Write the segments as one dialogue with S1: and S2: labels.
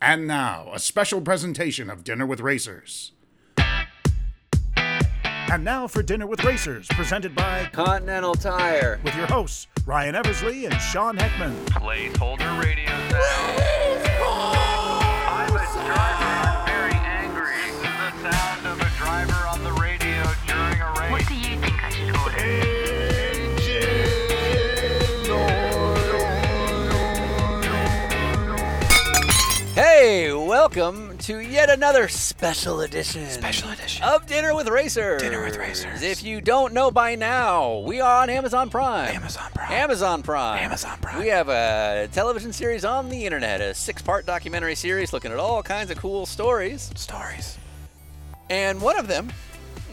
S1: And now, a special presentation of Dinner with Racers. And now for Dinner with Racers, presented by
S2: Continental Tire.
S1: with your hosts Ryan Eversley and Sean Heckman.
S3: Placeholder radio sound. I'm a driver. I'm very angry. This is the sound of a driver on the radio during a race.
S4: What do you think I should order?
S2: Hey, welcome to yet another special edition. Special edition of Dinner with Racers. Dinner with Racers. If you don't know by now, we are on Amazon Prime. Amazon Prime. Amazon Prime. Amazon Prime. We have a television series on the internet, a six-part documentary series looking at all kinds of cool stories. Stories. And one of them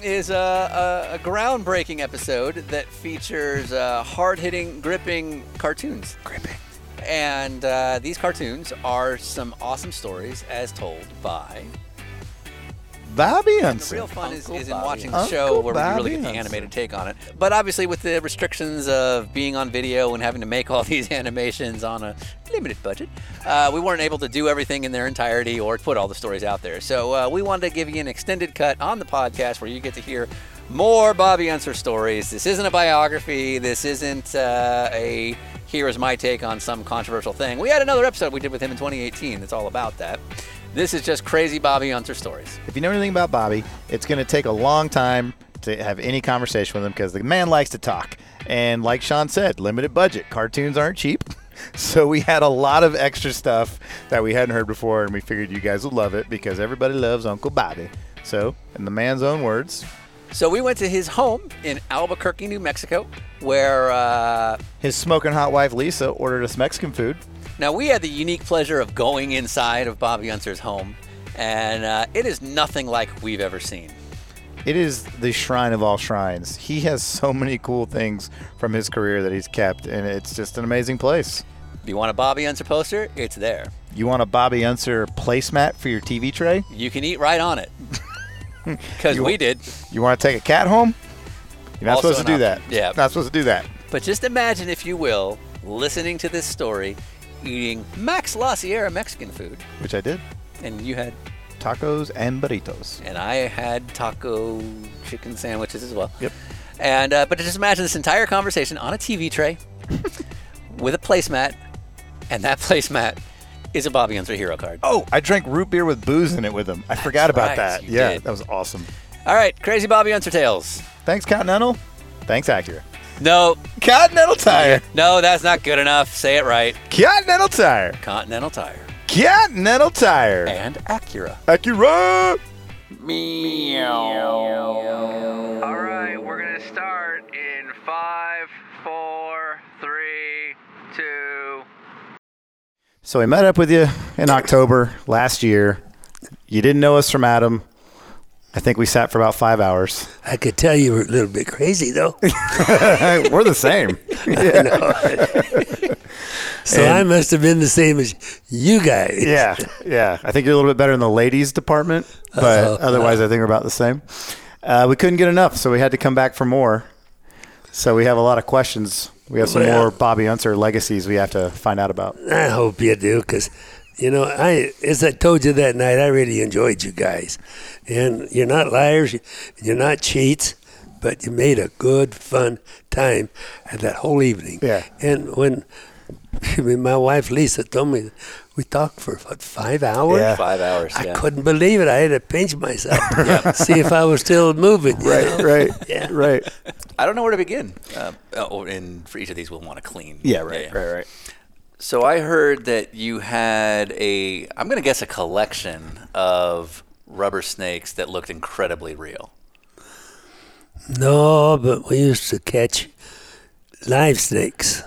S2: is a, a, a groundbreaking episode that features uh, hard-hitting, gripping cartoons. Gripping. And uh, these cartoons are some awesome stories as told by.
S5: Bobby
S2: The real fun is, is in watching the
S5: Uncle
S2: show where we really
S5: Bobby
S2: get the
S5: Hansen.
S2: animated take on it. But obviously, with the restrictions of being on video and having to make all these animations on a limited budget, uh, we weren't able to do everything in their entirety or put all the stories out there. So uh, we wanted to give you an extended cut on the podcast where you get to hear more Bobby Unser stories. This isn't a biography. This isn't uh, a here is my take on some controversial thing. We had another episode we did with him in 2018 that's all about that. This is just crazy Bobby Unser stories.
S5: If you know anything about Bobby, it's going to take a long time to have any conversation with him because the man likes to talk. And like Sean said, limited budget. Cartoons aren't cheap. So we had a lot of extra stuff that we hadn't heard before, and we figured you guys would love it because everybody loves Uncle Bobby. So, in the man's own words,
S2: So we went to his home in Albuquerque, New Mexico, where uh,
S5: his smoking hot wife Lisa ordered us Mexican food.
S2: now we had the unique pleasure of going inside of Bobby Unser's home, and uh, it is nothing like we've ever seen.
S5: It is the shrine of all shrines. He has so many cool things from his career that he's kept, and it's just an amazing place.
S2: If you want a Bobby Unser poster, it's there.
S5: You want a Bobby Unser placemat for your TV tray?
S2: You can eat right on it. Because
S5: You-
S2: we did.
S5: You want to take a cat home? You're not
S2: Also
S5: supposed to do
S2: an
S5: that.
S2: option. Yeah.
S5: Not supposed to do that.
S2: But just imagine, if you will, listening to this story, eating Max La Sierra Mexican food,
S5: Which I did.
S2: and you had,
S5: Tacos and burritos.
S2: and I had taco chicken sandwiches as well.
S5: Yep.
S2: And uh, but just imagine this entire conversation on a TV tray with a placemat, and that placemat is a Bobby Unser hero card.
S5: Oh, I drank root beer with booze in it with them. I forgot about
S2: right,
S5: that.
S2: you
S5: yeah,
S2: did.
S5: that was awesome.
S2: All right, crazy Bobby Unser tales.
S5: Thanks, Continental. Thanks, Acura.
S2: No,
S5: Continental Tire.
S2: no, that's not good enough. Say it right.
S5: Continental Tire.
S2: Continental Tire
S5: Continental Tire.
S2: and Acura.
S5: Acura.
S3: All right, we're gonna start in five, four, three, two.
S5: So we met up with you in October last year. You didn't know us from Adam. I think we sat for about five hours.
S6: I could tell you were a little bit crazy though.
S5: We're the same.
S6: So I must have been the same as you guys.
S5: yeah, yeah. I think you're a little bit better in the ladies department, but otherwise, I think we're about the same. Uh, we couldn't get enough, so we had to come back for more. So we have a lot of questions. We have some
S6: Yeah.
S5: more Bobby Unser legacies we have to find out about.
S6: I hope you do, because you know I, as I told you that night, I really enjoyed you guys, and you're not liars, you're not cheats, but you made a good fun time at that whole evening.
S5: Yeah.
S6: And when I mean, my wife Lisa told me we talked for what five hours.
S5: Yeah.
S2: Five hours.
S6: I
S2: yeah.
S6: couldn't believe it. I had to pinch myself, see if I was still moving. you know?
S5: right,
S6: Yeah.
S5: right.
S2: I don't know where to begin. Uh, oh, and for each of these, we'll want to clean.
S5: Yeah, right, right, right.
S2: So I heard that you had a, I'm going to guess a collection of rubber snakes that looked incredibly real.
S6: No, but we used to catch live snakes,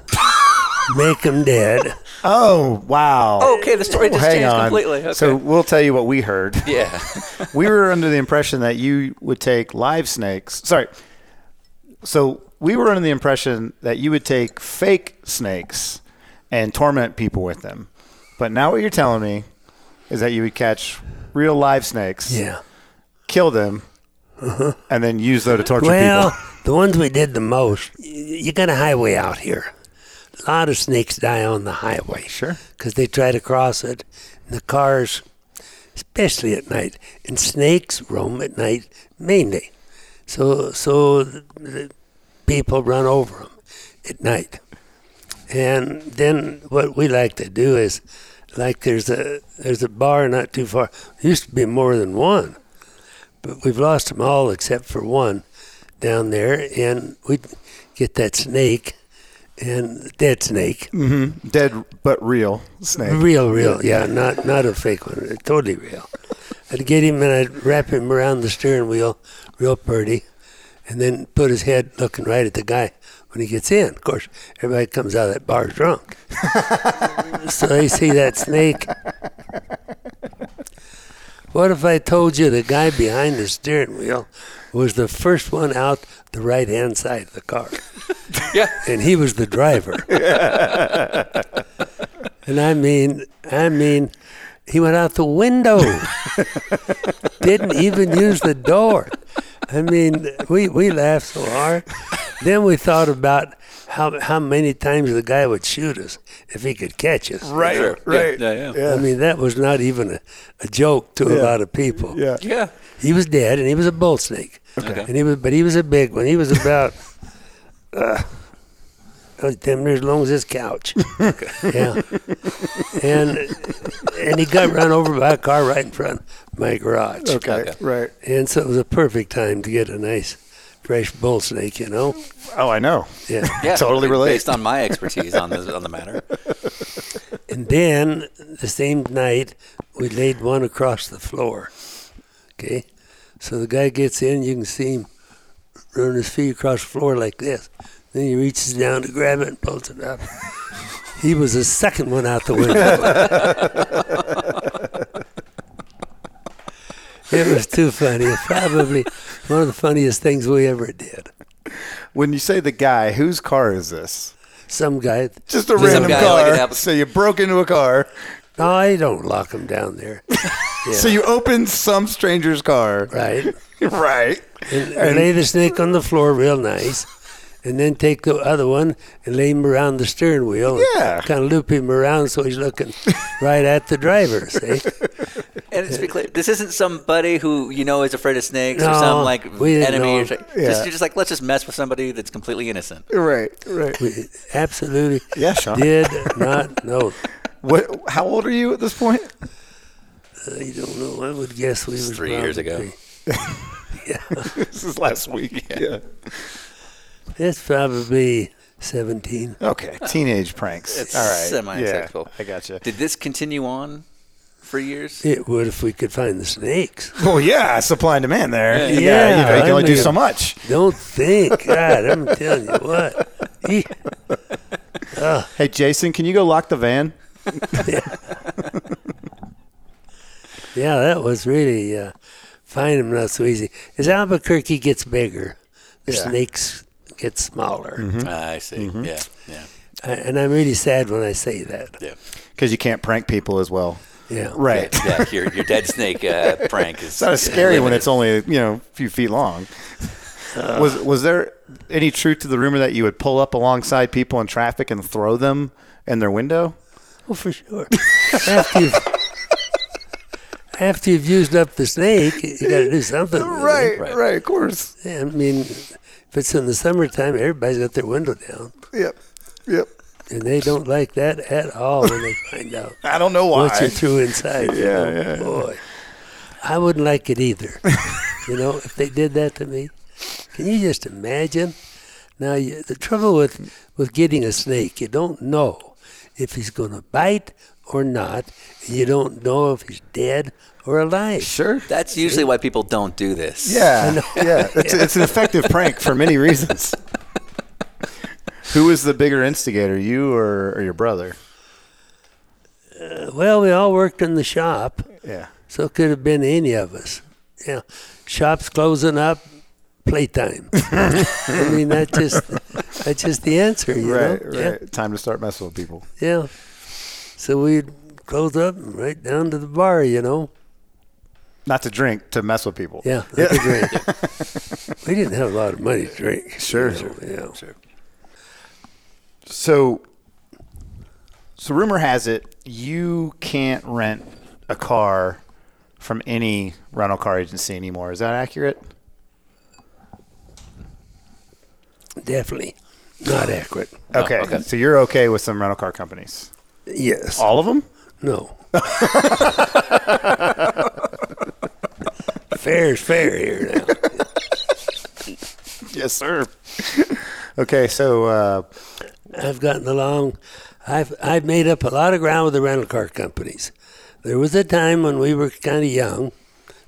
S6: make 'em dead.
S5: Oh wow.
S2: Okay, the story just
S5: hang
S2: changed
S5: on.
S2: completely. Okay.
S5: So we'll tell you what we heard.
S2: yeah.
S5: we were under the impression that you would take live snakes. Sorry. So we were under the impression that you would take fake snakes and torment people with them. But now what you're telling me is that you would catch real live snakes,
S6: Yeah. Uh-huh.
S5: kill them, and then use those to torture
S6: Well,
S5: people.
S6: the ones we did the most, y- you got a highway out here. A lot of snakes die on the highway.
S5: Sure.
S6: Because they try to cross it in the cars, especially at night. And snakes roam at night mainly. So, so the, the people run over them at night. And then what we like to do is, like there's a there's a bar not too far. There used to be more than one, but we've lost them all except for one down there. And we get that snake and dead snake,
S5: Dead but real snake.
S6: real, real, yeah, not not a fake one, totally real. I'd get him and I'd wrap him around the steering wheel, real pretty, and then put his head looking right at the guy when he gets in. Of course, everybody comes out of that bar drunk, so they see that snake. What if I told you the guy behind the steering wheel was the first one out the right hand side of the car?
S2: Yeah.
S6: and he was the driver. and I mean, I mean, he went out the window. Didn't even use the door. I mean, we we laughed so hard. Then we thought about how how many times the guy would shoot us if he could catch us.
S5: Right,
S2: Sure. Yeah,
S5: right.
S2: yeah, yeah.
S6: I mean, that was not even a, a joke to a
S5: Yeah.
S6: lot of people.
S5: Yeah.
S2: Yeah.
S6: He was dead, and he was a bull snake.
S2: Okay.
S6: And he was, but he was a big one. He was about, uh, I was damn near as long as this couch. yeah. And and he got run over by a car right in front of my garage.
S5: Okay,
S2: Okay.
S5: right.
S6: And so it was a perfect time to get a nice fresh bull snake, you know.
S5: Oh, I know.
S6: Yeah.
S2: Yeah,
S5: Totally relate.
S2: Based on my expertise on the on the matter.
S6: And then the same night, we laid one across the floor. Okay? So the guy gets in, you can see him run his feet across the floor like this. Then he reaches down to grab it and pulls it up. he was the second one out the window. it was too funny. Probably one of the funniest things we ever did.
S5: When you say the guy, whose car is this?
S6: Some guy,
S5: Just a
S2: Just some
S5: random
S2: guy, like
S5: car.
S2: an app-
S5: so you broke into a car.
S6: no, I don't lock him down there. Yeah,
S5: So you opened some stranger's car.
S6: right.
S5: right.
S6: and, and lay the snake on the floor real nice, and then take the other one and lay him around the steering wheel. and
S5: Yeah.
S6: kind of loop him around so he's looking right at the driver. See,
S2: And let's be clear, this isn't somebody who you know is afraid of snakes or
S6: No,
S2: some like
S6: we didn't
S2: enemy.
S6: know
S2: Or
S6: him.
S2: something.
S5: Yeah.
S2: Just you're just like let's just mess with somebody that's completely innocent.
S5: Right. Right.
S6: we absolutely
S5: Yeah, Sean.
S6: did not know.
S5: What? How old are you at this point?
S6: I don't know. I would guess we was
S2: three years ago.
S6: probably-
S5: This is last week. Yeah.
S6: It's probably seventeen.
S5: Okay. Teenage pranks.
S2: It's
S5: All right.
S2: semi-acceptable.
S5: Yeah, I gotcha.
S2: Did this continue on for years?
S6: It would if we could find the snakes.
S5: Well, yeah, supply and demand there.
S6: Yeah.
S5: You gotta- you, know, you
S6: I
S5: can only do
S6: mean-
S5: so much.
S6: Don't think. God, I'm telling you what. Eh,
S5: Hey, Jason, can you go lock the van?
S6: Yeah, that was really uh, finding them not so easy. As Albuquerque gets bigger, the
S5: Yeah. Mm-hmm.
S6: snakes get smaller,
S2: Ah, I see. Yeah, yeah,
S6: I, and I'm really sad when I say that.
S2: yeah.
S5: Because you can't prank people as well.
S6: Yeah,
S5: Right.
S2: yeah, your, your dead snake uh, prank is
S5: It's not as scary when it's only you know a few feet long. was was there any truth to the rumor that you would pull up alongside people in traffic and throw them in their window?
S6: Oh, for sure. after you've after you've used up the snake, you got to do something. with it.
S2: Right.
S5: of course.
S6: Yeah, I mean, if it's in the summertime, everybody's got their window down,
S5: Yep, yep.
S6: and they don't like that at all when they find out.
S5: I don't know why.
S6: once you're through inside. you
S5: Yeah,
S6: know,
S5: yeah, yeah.
S6: Oh, boy, I wouldn't like it either. you know, if they did that to me, can you just imagine? Now, you, the trouble with with getting a snake, you don't know if he's going to bite or not, and you don't know if he's dead or alive.
S5: Sure.
S2: That's usually why people don't do this.
S5: Yeah, yeah. It's, it's an effective prank for many reasons. Who was the bigger instigator, you or, or your brother?
S6: Well, we all worked in the shop,
S5: Yeah.
S6: so it could have been any of us. Yeah, shops closing up, playtime. I mean, that's just that's just the answer. You
S5: Right,
S6: know?
S5: right.
S6: Yeah.
S5: Time to start messing with people.
S6: Yeah. So we'd close up and right down to the bar, you know.
S5: Not to drink, to mess with people.
S6: Yeah. like a drink. we didn't have a lot of money to drink.
S5: Sure.
S6: you know, yeah.
S5: So, so rumor has it you can't rent a car from any rental car agency anymore. Is that accurate?
S6: Definitely not accurate.
S5: Okay. So you're okay with some rental car companies?
S6: Yes.
S5: All of them?
S6: Oh, No. fair is fair here now.
S5: Yes, sir. okay. So uh,
S6: I've gotten along. I've I've made up a lot of ground with the rental car companies. There was a time when we were kind of young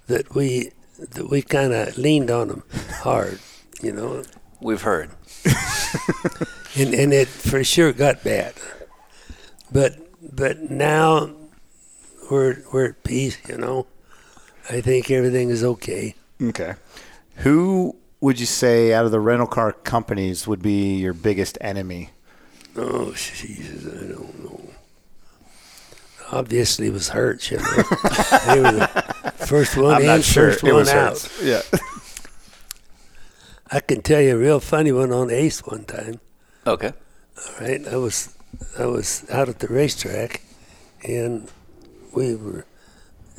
S6: that we that we kind of leaned on them hard, you know,
S2: We've heard.
S6: and and it for sure got bad. But but now we're we're at peace, you know. I think everything is okay.
S5: okay. Who would you say out of the rental car companies would be your biggest enemy?
S6: Oh, Jesus, I don't know. Obviously, it was Hurts, you know. they were the first one in, first one out.
S5: Hertz. Yeah.
S6: I can tell you a real funny one on Ace one time.
S2: Okay.
S6: All right, I was I was out at the racetrack, and we were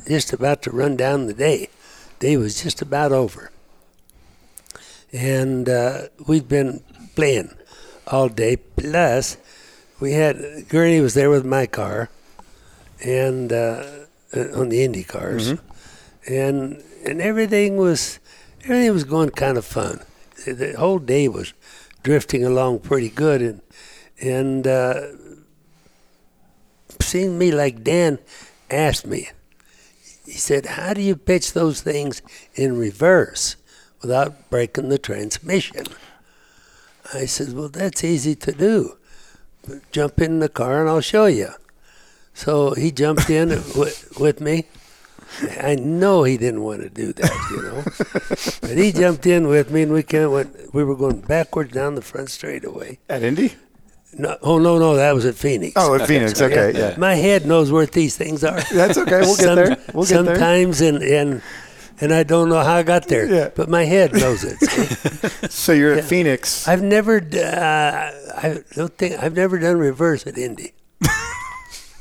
S6: just about to run down the day. Day was just about over, and uh, we'd been playing all day. Plus, we had Gurney was there with my car, and uh, on the Indy cars, and and everything was everything was going kind of fun. The- The whole day was drifting along pretty good, and and uh, seeing me like Dan asked me, he said, "How do you pitch those things in reverse without breaking the transmission?" I said, "Well, that's easy to do. Jump in the car and I'll show you." So he jumped in with, with me. I know he didn't want to do that, you know. but he jumped in with me, and we kind of went. We were going backwards down the front straightaway.
S5: At Indy?
S6: No, oh no, no, that was at Phoenix.
S5: Oh, at Phoenix. Okay. Yeah.
S6: My head knows where these things are.
S5: That's okay. We'll get
S6: Some-
S5: there. We'll get there.
S6: sometimes and and and I don't know how I got there,
S5: Yeah.
S6: but my head knows it. see.
S5: So you're at Phoenix.
S6: I've never, d- uh, I don't think I've never done reverse at Indy.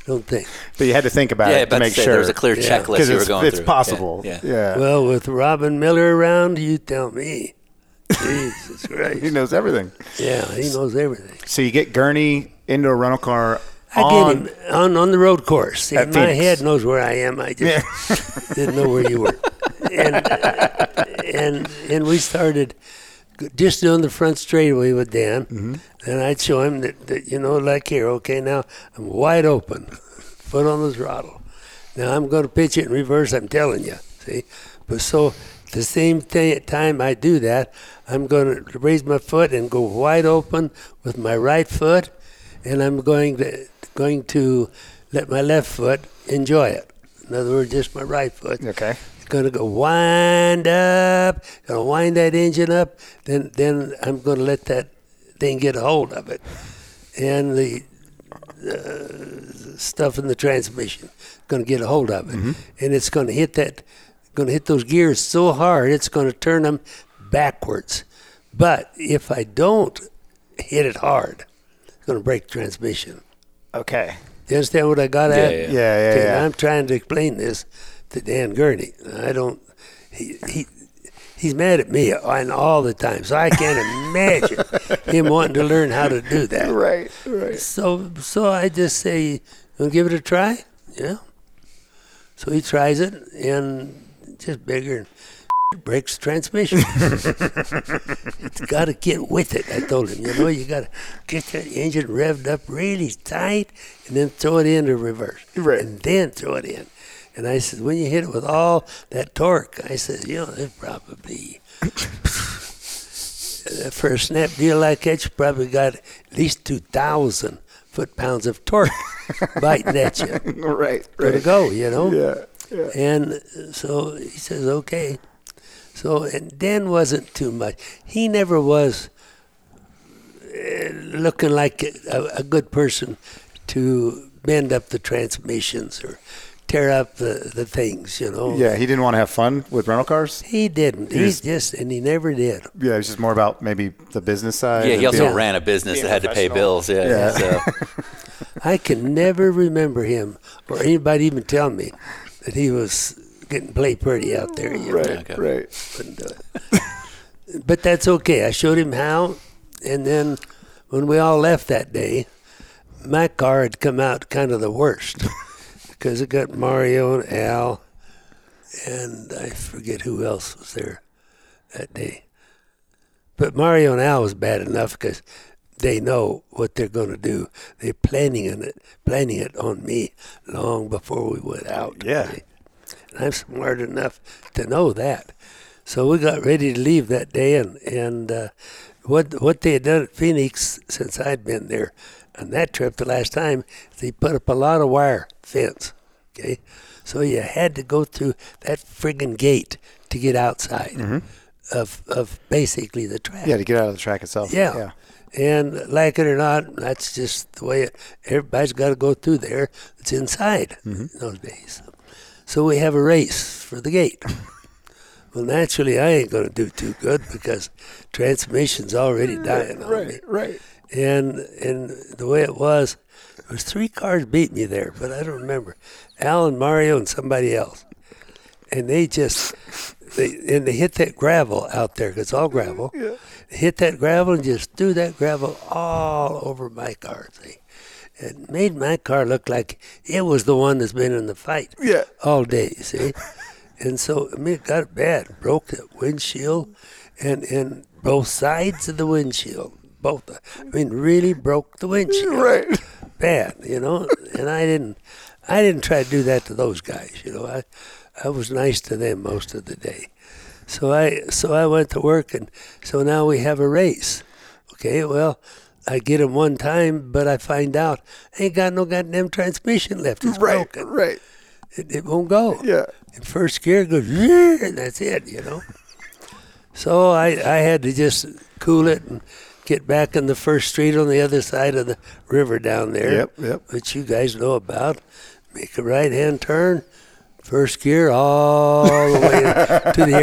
S6: don't think.
S5: But you had to think about
S2: Yeah,
S5: it to
S2: about to
S5: make
S2: say,
S5: sure.
S2: there was a clear checklist
S5: Because
S2: you were
S5: it's,
S2: going
S5: it's
S2: through. Yeah,
S5: possible.
S2: yeah.
S6: Well, with Robin Miller around, you tell me. Jesus
S5: He
S6: Christ!
S5: knows everything.
S6: Yeah, he knows everything.
S5: So you get Gurney into a rental car
S6: I
S5: on
S6: get him on on the road course. See,
S5: At
S6: my
S5: Phoenix.
S6: head knows where I am. I just didn't know where you were. And and and we started just doing the front straightaway with Dan. And I'd show him that, that you know, like here, okay, now I'm wide open, foot on the throttle. Now I'm going to pitch it in reverse. I'm telling you, see. But so the same t- time I do that, I'm going to raise my foot and go wide open with my right foot, and I'm going to going to let my left foot enjoy it. In other words, just my right foot.
S5: Okay.
S6: Gonna go wind up. Gonna wind that engine up. Then then I'm gonna let that thing get a hold of it, and the uh, stuff in the transmission going to get a hold of it and it's going to hit that going to hit those gears so hard it's going to turn them backwards but if i don't hit it hard it's going to break the transmission
S5: Okay.
S6: do you understand what i got at
S2: yeah, yeah.
S5: Yeah, yeah,
S6: Okay,
S5: yeah.
S6: i'm trying to explain this to dan gurney i don't he, he He's mad at me and all the time, so I can't imagine him wanting to learn how to do that.
S5: Right, right.
S6: So, so I just say, you want to give it a try? Yeah. So he tries it, and just bigger, and breaks the transmission. it's got to get with it. I told him, you know, you got to get that engine revved up really tight, and then throw it into reverse,
S5: Right.
S6: and then throw it in. And I said, when you hit it with all that torque, I said, you know, it probably for a snap deal like that, you probably got at least 2,000 foot pounds of torque biting at you
S5: Right,
S6: to go, you know?
S5: Yeah.
S6: And so he says, okay. So, and Dan wasn't too much. He never was eh, looking like a, a good person to bend up the transmissions or tear up the, the things, you know?
S5: Yeah, he didn't want to have fun with rental cars.
S6: He didn't.
S5: He's-
S6: He's just, and he never did.
S5: Yeah, it was just more about maybe the business side.
S2: Yeah,
S5: and
S2: he also
S5: being-
S2: ran a business that had to pay bills. Yeah.
S5: Yeah.
S2: So,
S6: I can never remember him or anybody even tell me that he was getting played pretty out there. You know?
S2: okay.
S5: right.
S6: couldn't do it. but that's okay. I showed him how, and then when we all left that day, my car had come out kind of the worst because it got Mario and Al, and I forget who else was there that day. But Mario and Al was bad enough because they know what they're going to do. They're planning on it, planning it on me long before we went out.
S5: Yeah.
S6: and I'm smart enough to know that. So we got ready to leave that day, and and uh, what what they had done at Phoenix since I'd been there on that trip the last time, they put up a lot of wire fence. Okay, so you had to go through that friggin' gate to get outside of of basically the track.
S5: Yeah, to get out of the track itself.
S6: Yeah.
S5: yeah.
S6: And like it or not, that's just the way it, everybody's got to go through there. It's inside
S5: Mm-hmm.
S6: those days. So we have a race for the gate. well, naturally, I ain't going to do too good because transmission's already dying on me.
S5: Right.
S6: And and the way it was, it was three cars beat me there, but I don't remember. Al and Mario and somebody else, and they just they and they hit that gravel out there 'cause it's all gravel. They hit that gravel and just threw that gravel all over my car. See, it made my car look like it was the one that's been in the fight
S5: Yeah.
S6: all day. See, and so I mean, it got bad. Broke the windshield, and and both sides of the windshield. Both, I mean, really broke the windshield
S5: Right.
S6: bad, you know. and I didn't, I didn't try to do that to those guys, you know. I, I was nice to them most of the day. So I, so I went to work, and so now we have a race. Okay, well, I get them one time, but I find out I ain't got no goddamn transmission left. It's broken.
S5: Right.
S6: It, it won't go.
S5: Yeah.
S6: And first gear goes, "Yeah," and that's it, you know. So I, I had to just cool it and get back in the first street on the other side of the river down there.
S5: Yep, yep.
S6: Which you guys know about. Make a right hand turn, first gear all the way to the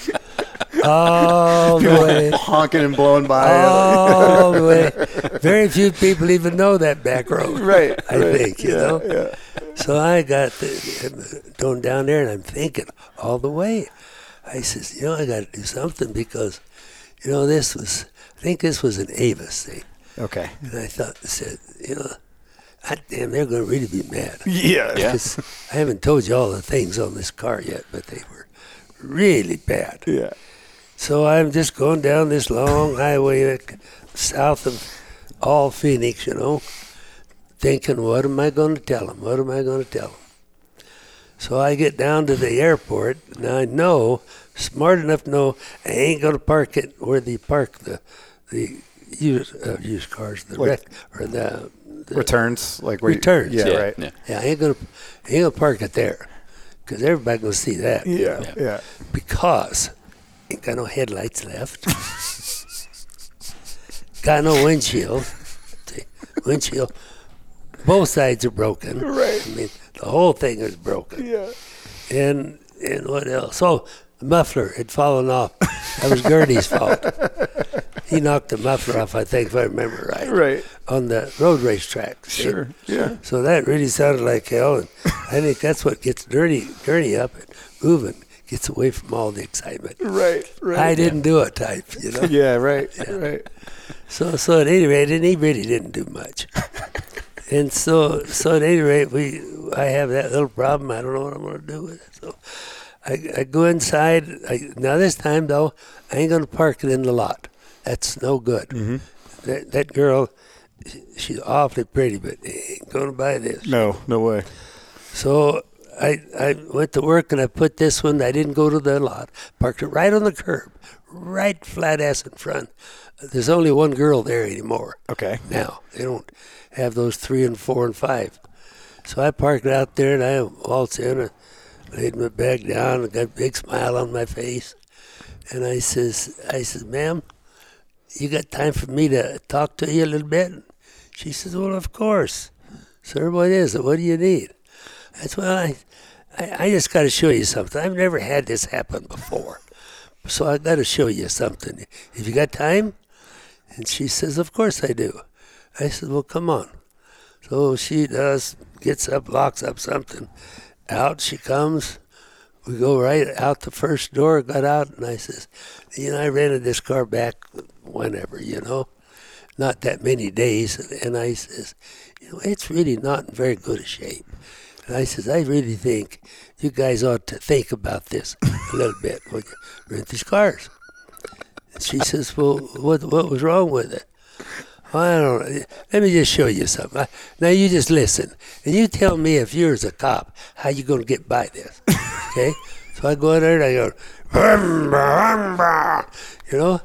S6: airport. all the way.
S5: Honking and blowing by.
S6: All the way. Oh, Very few people even know that back road.
S5: Right,
S6: I
S5: right.
S6: think, you know? So I got the, I'm going down there and I'm thinking all the way. I says, you know, I got to do something because, you know, this was, I think this was an Avis thing.
S5: Okay.
S6: And I thought, I said, you know, God damn, they're going to really be mad.
S5: Yeah.
S2: Yeah.
S6: 'Cause I haven't told you all the things on this car yet, but they were really bad.
S5: Yeah.
S6: So I'm just going down this long highway like, south of all Phoenix, you know, thinking, what am I going to tell them? What am I going to tell them? So I get down to the airport, and I know, smart enough to know, I ain't going to park it where they park the the used, uh, used cars, the
S5: Like-
S6: wreck, or the, the
S5: Returns like where you-
S6: Returns,
S5: yeah,
S2: yeah,
S5: Right.
S2: yeah.
S6: yeah, I ain't gonna, I ain't gonna park it there, cause everybody gonna see that
S5: Yeah. Yeah.
S6: because ain't got no headlights left. got no windshield. See, windshield. Both sides are broken. Right. I mean, the whole thing is broken.
S5: Yeah.
S6: And and what else? Oh, the muffler had fallen off. That was Gurney's fault. He knocked the muffler off, I think, if I remember right.
S5: Right.
S6: On the road race track. see?
S5: Sure. Yeah.
S6: So that really sounded like hell, and I think that's what gets dirty, dirty up and moving, gets away from all the excitement.
S5: Right. Right.
S6: I didn't do it, type, you know.
S5: Yeah. Right. Right.
S6: So, so at any rate, and he really didn't do much. and so, so at any rate, we, I have that little problem. I don't know what I'm going to do with it. So, I, I go inside. I, now this time though, I ain't going to park it in the lot. That's no good.
S5: Mm-hmm.
S6: That that girl, she- she's awfully pretty, but ain't going to buy this.
S5: No. No way.
S6: So I I went to work and I put this one. I didn't go to the lot. Parked it right on the curb, right flat ass in front. There's only one girl there anymore.
S5: Okay.
S6: Now they don't have those three and four and five. So I parked it out there and I waltzed in and laid my bag down and got a big smile on my face. And I says, I says, ma'am, you got time for me to talk to you a little bit? She says, well, of course. Sir, what is it? What do you need? I said, well, I, I, I just got to show you something. I've never had this happen before. So I got to show you something. If you got time? And she says, Of course I do. I said, Well, come on. So she does, gets up, locks up something. Out she comes. We go right out the first door, got out, and I says, You know, I rented this car back whenever, you know, not that many days. And I says, You know, it's really not in very good a shape. And I says, I really think you guys ought to think about this a little bit when you rent these cars. And she says, Well, what, what was wrong with it? I don't know. Let me just show you something. I- Now you just listen, and you tell me if you're as a cop how you gonna get by this, okay? so I go in there and I go, "Rum, rum, rum," you know,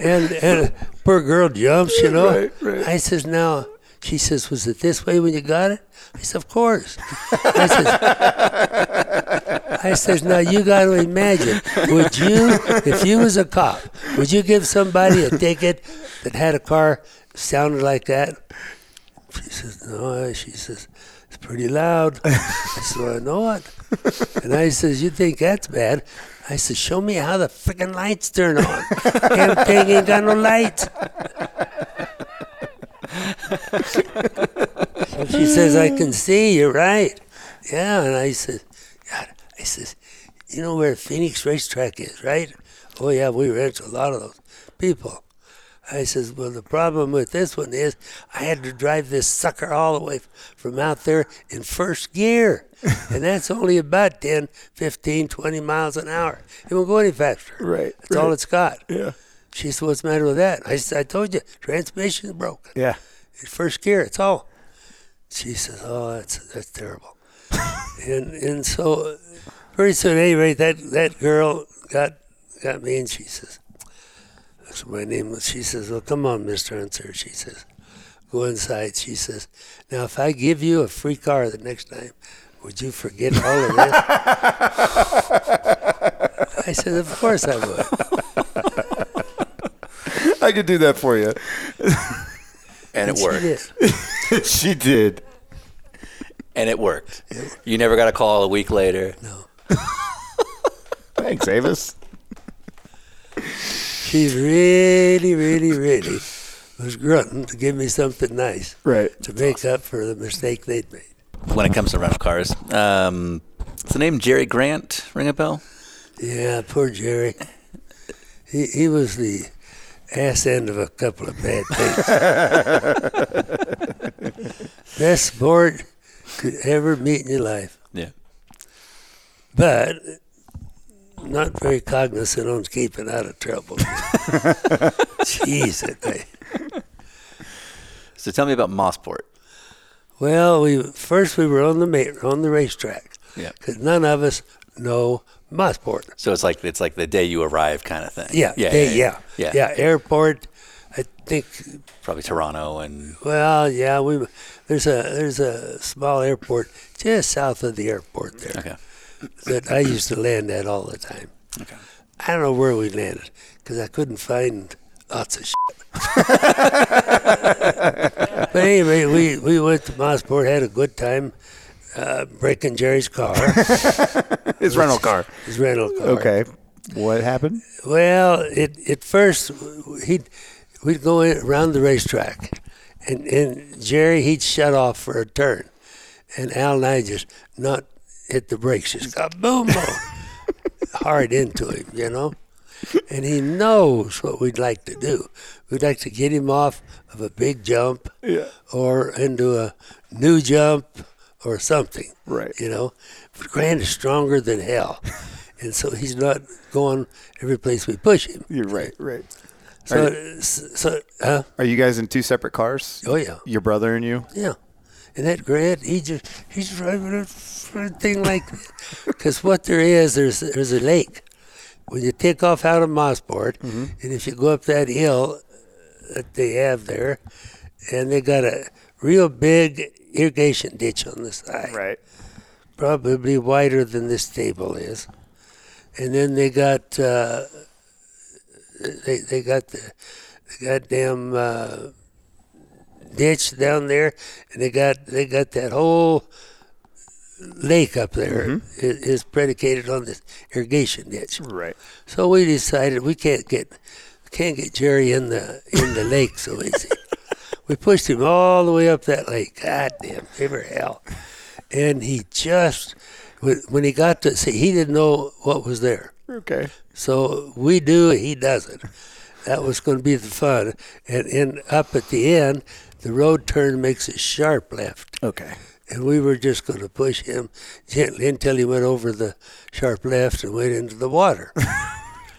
S6: and and poor girl jumps, you know. I says now. She says, "Was it this way when you got it?" I said, "Of course." I says, I says, now you got to imagine, would you, if you was a cop, would you give somebody a ticket that had a car sounded like that? She says, no. She says, it's pretty loud. I said, well, I know it. And I says, you think that's bad? I said, show me how the freaking lights turn on. Damn thing ain't got no lights. And she says, I can see, you're right. Yeah, and I said, God, I says, you know where Phoenix Racetrack is, right? Oh, yeah, we rent to a lot of those people. I says, well, the problem with this one is I had to drive this sucker all the way f- from out there in first gear. and that's only about 10, 15, 20 miles an hour. It won't go any faster.
S5: Right,
S6: That's all
S5: right.
S6: it's got.
S5: Yeah.
S6: She said, what's the matter with that? I said, I told you, transmission's broken
S5: Yeah.
S6: in first gear. It's all. She says, "Oh, that's that's terrible." and and so pretty soon, at any rate, that that girl got got me, and she says, "That's my name." was- She says, "Well, come on, Mister Unser." She says, "Go inside." She says, "Now, if I give you a free car the next time." Would you forget all of this? I said, Of course I would.
S5: I could do that for you.
S2: And it
S6: She
S2: worked.
S6: did.
S5: she did.
S2: And it worked. You never got a call a week later.
S5: Thanks, Avis.
S6: She really, really, really was grunting to give me something nice.
S5: Right.
S6: To make up for the mistake they'd made.
S2: When it comes to rental cars, um, does the name Jerry Grant ring a bell?
S6: Yeah, poor Jerry. He, he was the ass end of a couple of bad things. Best sport you ever meet in your life.
S2: Yeah.
S6: But not very cognizant on keeping out of trouble. Jeez, it- I-
S2: So tell me about Mossport.
S6: Well, we first we were on the ma- on the racetrack.
S2: Yeah.
S6: Because none of us know Mossport.
S2: So it's like it's like the day you arrive kind of thing.
S6: Yeah, yeah, yeah, yeah,
S2: yeah.
S6: Airport, I think.
S2: Probably Toronto and
S6: Well, yeah, we there's a there's a small airport just south of the airport there
S2: okay.
S6: that I used to land at all the time.
S2: Okay.
S6: I don't know where we landed because I couldn't find lots of shit. but anyway, we, we went to Mossport, had a good time uh, breaking Jerry's car,
S5: His rental car.
S6: his rental car.
S5: Okay. What happened?
S6: Well, it at first he'd we'd go in, around the racetrack, and and Jerry he'd shut off for a turn, and Al and I just not hit the brakes, just got boom, boom hard into him, you know. And he knows what we'd like to do. We'd like to get him off of a big jump,
S5: Yeah.
S6: or into a new jump, or something.
S5: Right.
S6: You know, but Grant is stronger than hell, and so he's not going every place we push him.
S5: You're right. Right.
S6: So,
S5: Are
S6: so, huh?
S5: Are you guys in two separate cars?
S6: Oh yeah,
S5: Your brother and you?
S6: yeah. And that Grant, he just he's driving a freaking thing like, because what there is, there's there's a lake. When you take off out of Mossport, and if you go up that hill uh, that they have there, and they got a real big irrigation ditch on the side,
S5: Right.
S6: probably wider than this table is. And then they got uh, they they got the, the goddamn uh, ditch down there, and they got they got that whole lake up there i- is predicated on this irrigation ditch.
S5: Right.
S6: So we decided we can't get can't get Jerry in the in the lake so easy. we pushed him all the way up that lake. God damn, give her hell. and he just wh- when he got to see, he didn't know what was there.
S5: Okay.
S6: So we do, he doesn't. That was going to be the fun. And in, up at the end, the road turn makes a sharp left.
S5: Okay.
S6: And we were just going to push him gently until he went over the sharp left and went into the water.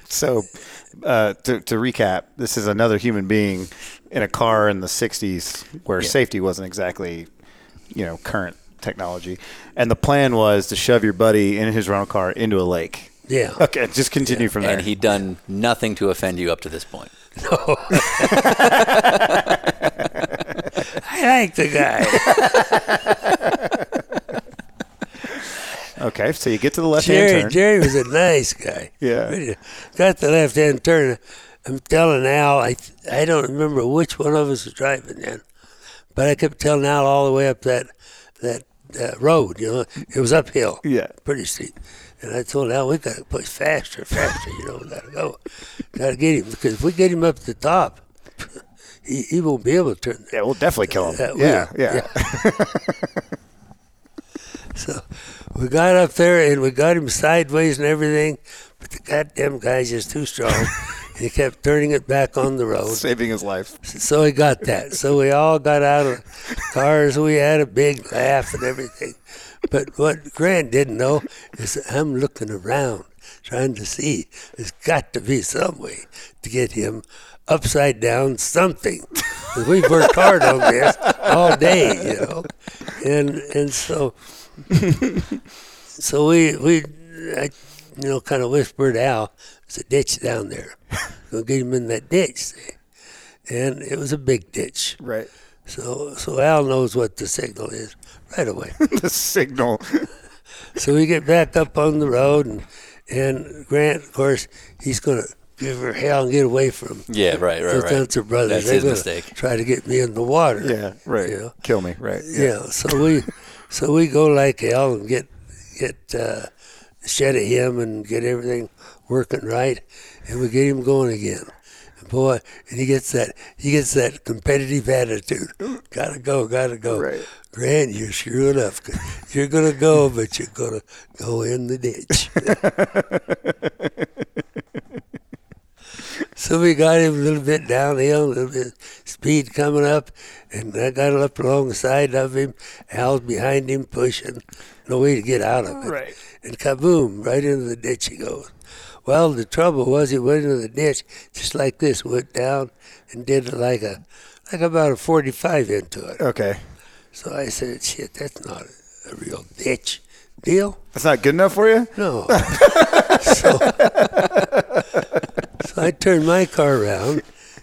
S5: So, uh, to, to recap, this is another human being in a car in the 60s where safety wasn't exactly, you know, current technology. And the plan was to shove your buddy in his rental car into a lake.
S6: Yeah.
S5: Okay, just continue from there.
S2: And he'd done nothing to offend you up to this point.
S6: I like the guy.
S5: okay, so you get to the left hand
S6: Jerry,
S5: turn.
S6: Jerry was a nice guy.
S5: Yeah.
S6: Really. Got the left hand turn. I'm telling Al, I, I don't remember which one of us was driving then, but I kept telling Al all the way up that that uh, road. You know, it was uphill.
S5: Yeah.
S6: Pretty steep. And I told Al, we got to push faster, faster. You know, we got to go, got to get him because if we get him up to the top, he, he won't be able to turn.
S5: Yeah, we'll definitely kill him.
S6: That
S5: yeah,
S6: wheel.
S5: yeah,
S6: So we got up there and we got him sideways and everything, but the goddamn guy's just too strong. and he kept turning it back on the road.
S5: Saving his life.
S6: So he got that. So we all got out of cars. We had a big laugh and everything. But what Grant didn't know is that I'm looking around, trying to see. There's got to be some way to get him upside down something. 'Cause We've worked hard on this all day, you know. And and so so we we I, you know kind of whispered Al, "There's a ditch down there. Go get him in that ditch." And it was a big ditch.
S5: Right.
S6: So so Al knows what the signal is right away.
S5: the signal.
S6: so we get back up on the road and and Grant, of course, he's gonna give her hell and get away from
S2: Yeah, right,
S6: those Dunster brothers.
S2: That's
S6: They're
S2: his
S6: gonna
S2: mistake.
S6: Try to get me in the water.
S5: Yeah, right.
S6: You know?
S5: Kill me. Right.
S6: Yeah. So we, so we go like hell and get get uh, shed at him and get everything working right, and we get him going again. And boy, and he gets that he gets that competitive attitude. Gotta go, gotta go.
S5: Right.
S6: Grant, you're screwing up. You're gonna go, but you're gonna go in the ditch. So we got him a little bit downhill, a little bit speed coming up, and I got up alongside of him. Al's behind him pushing, no way to get out of it.
S5: Right.
S6: And kaboom, right into the ditch he goes. Well, the trouble was he went into the ditch just like this, went down and did like a, like about a 45 into it.
S5: Okay.
S6: So I said, shit, that's not a real ditch deal.
S5: That's not good enough for you?
S6: No. so, so I turned my car around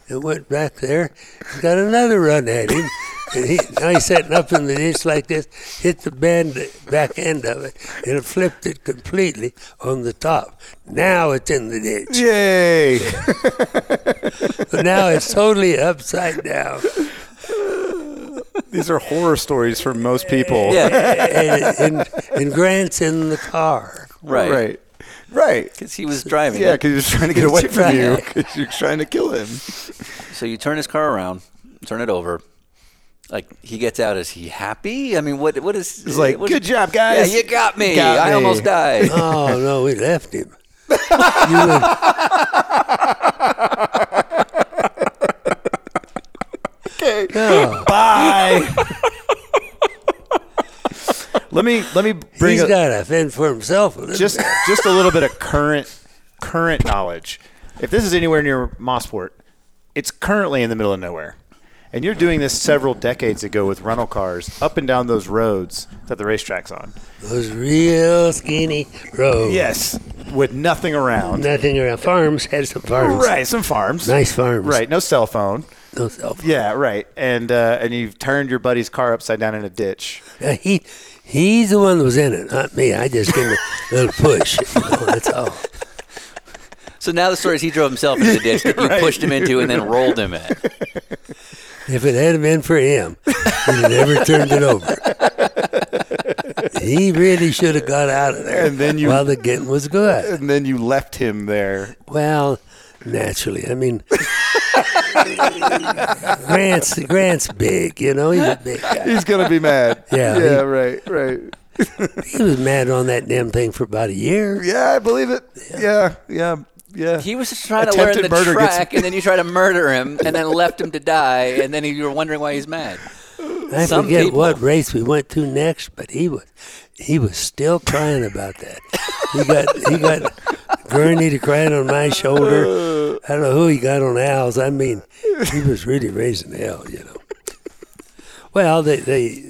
S6: and went back there and got another run at him. And he, now he's setting up in the ditch like this, hit the band, back end of it, and it flipped it completely on the top. Now it's in the ditch.
S5: Yay.
S6: But now it's totally upside down.
S5: These are horror stories for most people.
S2: Yeah,
S6: And, and, and Grant's in the car.
S2: right.
S5: Right. Right.
S2: Because he was driving.
S5: Yeah, because you're just trying to get away from
S6: Right.
S5: you. 'cause you're trying to kill him.
S2: So you turn his car around, turn it over. Like he gets out, is he happy? I mean, what what is?
S5: It's like,
S2: what-
S5: good job,
S2: Yeah,
S5: guys.
S2: you got me.
S5: Got
S2: I
S5: me."
S2: almost died.
S6: Oh, no, we left him. You went,
S5: Bye. let me let me bring
S6: He's
S5: up
S6: got to fend for himself. A little
S5: just
S6: bit.
S5: just a little bit of current current knowledge. If this is anywhere near Mossport, it's currently in the middle of nowhere. And you're doing this several decades ago with rental cars up and down those roads that the racetrack's on.
S6: those real skinny roads.
S5: Yes, with nothing around.
S6: Nothing around farms. Had some farms.
S5: Right, some farms.
S6: Nice farms.
S5: Right, no cell phone.
S6: No cell phone.
S5: Yeah, right. And uh, and you've turned your buddy's car upside down in a ditch.
S6: Uh, He, he's the one that was in it, not me. I just gave him a little push. You know, that's all.
S2: So now the story is he drove himself into the ditch that you pushed him into and then rolled him in.
S6: If it had been for him, he'd have never turned it over. He really should have got out of there
S5: And then you-
S6: while the getting was good.
S5: And then you left him there.
S6: Well, naturally. I mean, Grant's Grant's big. You know, he's a big guy.
S5: He's gonna be mad.
S6: Yeah,
S5: Yeah,
S6: he-
S5: right, right.
S6: he was mad on that damn thing for about a year.
S5: Yeah, I believe it. Yeah, yeah, yeah.
S2: He was just trying to learn the
S5: Attempted murder gets-
S2: track, and then you try to murder him, and then left him to die, and then you were wondering why he's mad.
S6: I
S2: Some
S6: forget
S2: people-
S6: what race we went to next, but he was he was still crying about that. He got he got Gurney to crying on my shoulder. I don't know who he got on Al's. I mean, he was really raising hell, you know. Well, they they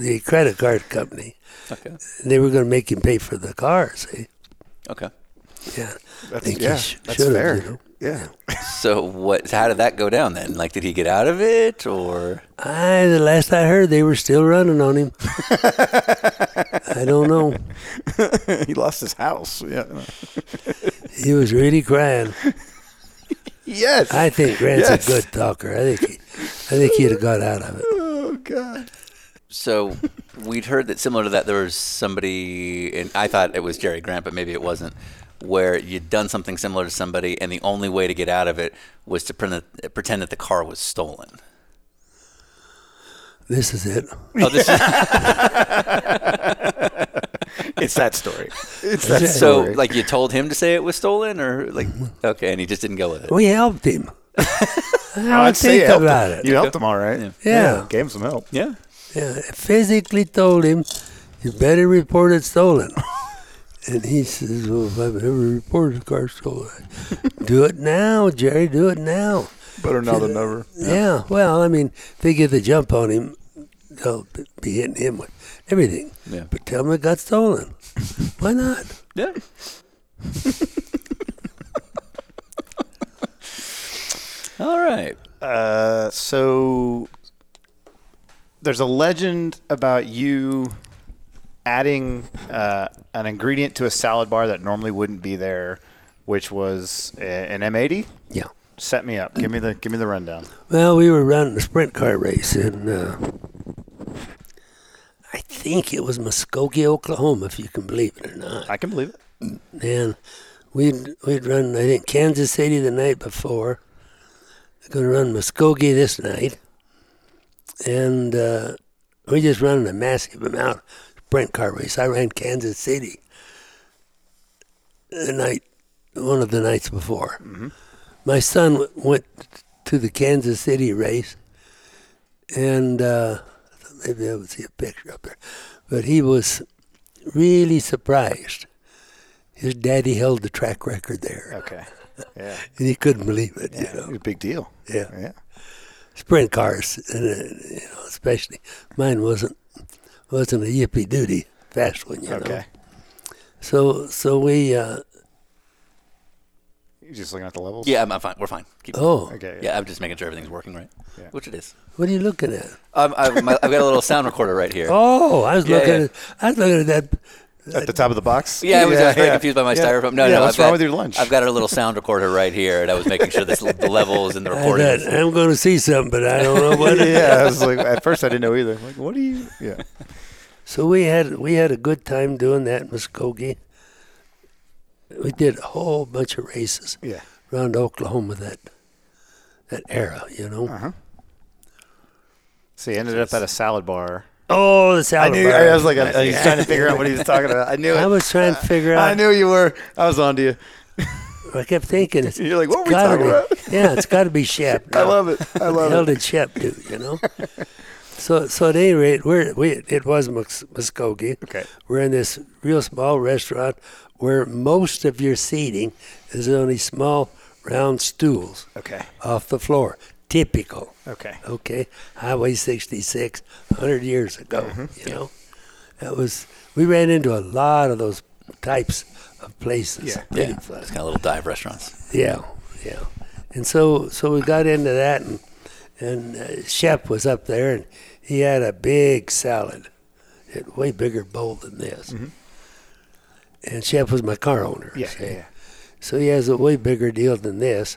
S6: the credit card company
S2: Okay.
S6: they were going to make him pay for the car. See,
S2: Okay.
S6: yeah,
S5: That's,
S6: think he
S5: yeah,
S6: sh-
S5: that's
S6: should've,
S5: fair.
S6: you know.
S5: Yeah.
S2: So what? How did that go down then? Like, did he get out of it, or
S6: I the last I heard they were still running on him. I don't know.
S5: he lost his house. Yeah.
S6: He was really crying.
S5: Yes.
S6: I think Grant's
S5: Yes.
S6: a good talker. I think he, I think he'd have got out of it.
S5: oh God.
S2: so? We'd heard that similar to that, there was somebody, and I thought it was Jerry Grant, but maybe it wasn't. Where you'd done something similar to somebody, and the only way to get out of it was to pretend that, pretend that the car was stolen.
S6: This is it.
S2: Oh, this is,
S5: It's that story. It's that
S2: so
S5: story.
S2: like you told him to say it was stolen, or like okay, and he just didn't go with it.
S6: We helped him. I
S5: I'd
S6: would
S5: say you
S6: think
S5: helped
S6: about
S5: him.
S6: it.
S5: You helped him, all right.
S6: Yeah.
S5: gave him some help.
S2: Yeah.
S6: Yeah, I physically told him, you better report it stolen. and he says, well, if I've ever reported a car stolen, do it now, Jerry, do it now.
S5: Better now than never.
S6: Yeah. well, I mean, if they get the jump on him, they'll be hitting him with everything.
S2: Yeah.
S6: But tell him it got stolen. Why not?
S2: Yeah. All right.
S5: Uh, so there's a legend about you adding uh, an ingredient to a salad bar that normally wouldn't be there, which was a- an M80.
S6: Yeah.
S5: Set me up. Give me the give me the rundown.
S6: Well, we were running a sprint car race in, uh, I think it was Muskogee, Oklahoma, if you can believe it or not.
S5: I can believe it.
S6: And we'd we'd run, I think, Kansas City the night before. Going to run Muskogee this night, and uh, we just running a massive amount of sprint car race. I ran Kansas City the night, one of the nights before. My son w- went to the Kansas City race, and uh, I thought maybe I would see a picture up there, but he was really surprised. His daddy held the track record there,
S5: Okay. Yeah.
S6: and he couldn't believe it. You
S5: It was
S6: know,
S5: a big deal.
S6: yeah
S5: Yeah.
S6: sprint cars, and, uh, you know, especially mine wasn't wasn't a yippee duty fast one, you know.
S5: Okay.
S6: So so we uh,
S5: You're just looking at the levels.
S2: Yeah, I'm, I'm fine. We're fine. Keep
S6: oh,
S5: Okay.
S2: Yeah, I'm just making sure everything's working right,
S5: Yeah.
S2: which it is.
S6: what are you looking at?
S2: Um, I, my, I've got a little sound recorder right here.
S6: Oh, I was
S2: Yeah,
S6: looking
S2: yeah.
S6: at I was looking at that.
S5: At the top of the box.
S2: Yeah, I was, I was very
S5: yeah.
S2: confused by my
S5: Yeah.
S2: styrofoam. No,
S5: Yeah,
S2: no.
S5: What's
S2: I've
S5: wrong
S2: got-
S5: with your lunch?
S2: I've got a little sound recorder right here, and I was making sure this, the levels and the
S6: I
S2: recording.
S6: bet, I'm going to see something, but I don't know what.
S5: yeah, I was like, at first I didn't know either. I'm like, what do you? Yeah.
S6: So we had we had a good time doing that in Muskogee. We did a whole bunch of races
S5: Yeah.
S6: around Oklahoma that that era, you know.
S5: Uh-huh. So he ended up at a salad bar.
S6: Oh, the
S5: I
S6: salad
S5: knew.
S6: bar.
S5: I was like, I, I was trying to figure out what he was talking about. I knew it.
S6: I was trying to figure out.
S5: I knew you were. I was on to you.
S6: I kept thinking, it's
S5: You're like, what were we
S6: gotta
S5: talking
S6: be-
S5: about?
S6: yeah, it's got to be Shep.
S5: I love it. I
S6: What the hell
S5: love it.
S6: did Shep do? You know. so, so at any rate, we're, we it was Mus- Muskogee.
S5: Okay.
S6: We're in this real small restaurant where most of your seating is on these small round stools
S5: Okay.
S6: off the floor. Typical.
S5: Okay.
S6: Okay. Highway 66, 100 years ago,
S5: Mm-hmm.
S6: you know. That was, we ran into a lot of those types of places.
S5: Yeah.
S2: yeah,
S6: Pretty
S2: it's
S6: fun.
S2: kind of little dive restaurants.
S6: Yeah, yeah. And so, so we got into that, and and uh, Shep was up there, and he had a big salad, a way bigger bowl than this. And Shep was my car owner.
S5: Mm-hmm. Yeah,
S6: see.
S5: yeah, yeah.
S6: So he has a way bigger deal than this.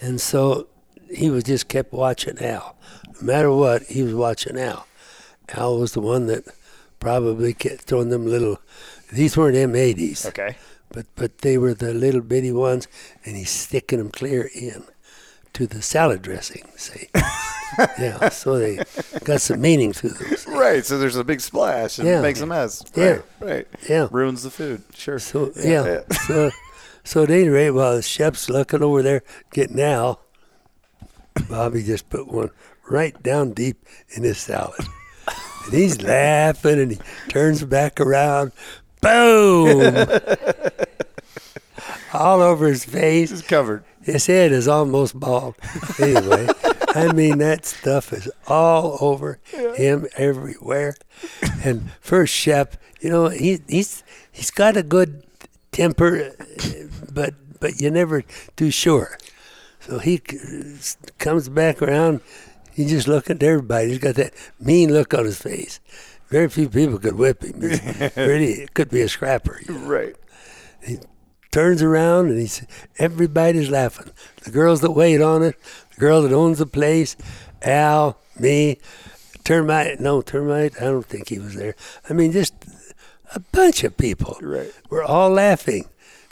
S6: And so he was just kept watching Al. No matter what, he was watching Al. Al was the one that probably kept throwing them little. These weren't M80s
S5: Okay.
S6: but but they were the little bitty ones, and he's sticking them clear in to the salad dressing. See, yeah, so they got some meaning to those.
S5: Right. So there's a big splash and
S6: Yeah.
S5: it makes a mess.
S6: Yeah.
S5: Right. Right.
S6: Yeah.
S5: Ruins the food. Sure.
S6: So yeah, so so at any rate, while the chef's looking over there getting Al, Bobby just put one right down deep in his salad, and he's laughing, and he turns back around, boom, all over his face.
S5: It's covered.
S6: His head is almost bald. Anyway, I mean that stuff is all over him everywhere. And first chef, you know, he he's he's got a good temper, but but you're never too sure. So he c- comes back around. He's just looking at everybody. He's got that mean look on his face. Very few people could whip him. He's really, it could be a scrapper. you know
S5: Right.
S6: turns around and he's everybody's laughing. The girls that wait on it, the girl that owns the place, Al, me, termite. No termite. I don't think he was there. I mean, just a bunch of people.
S5: Right.
S6: We're all laughing.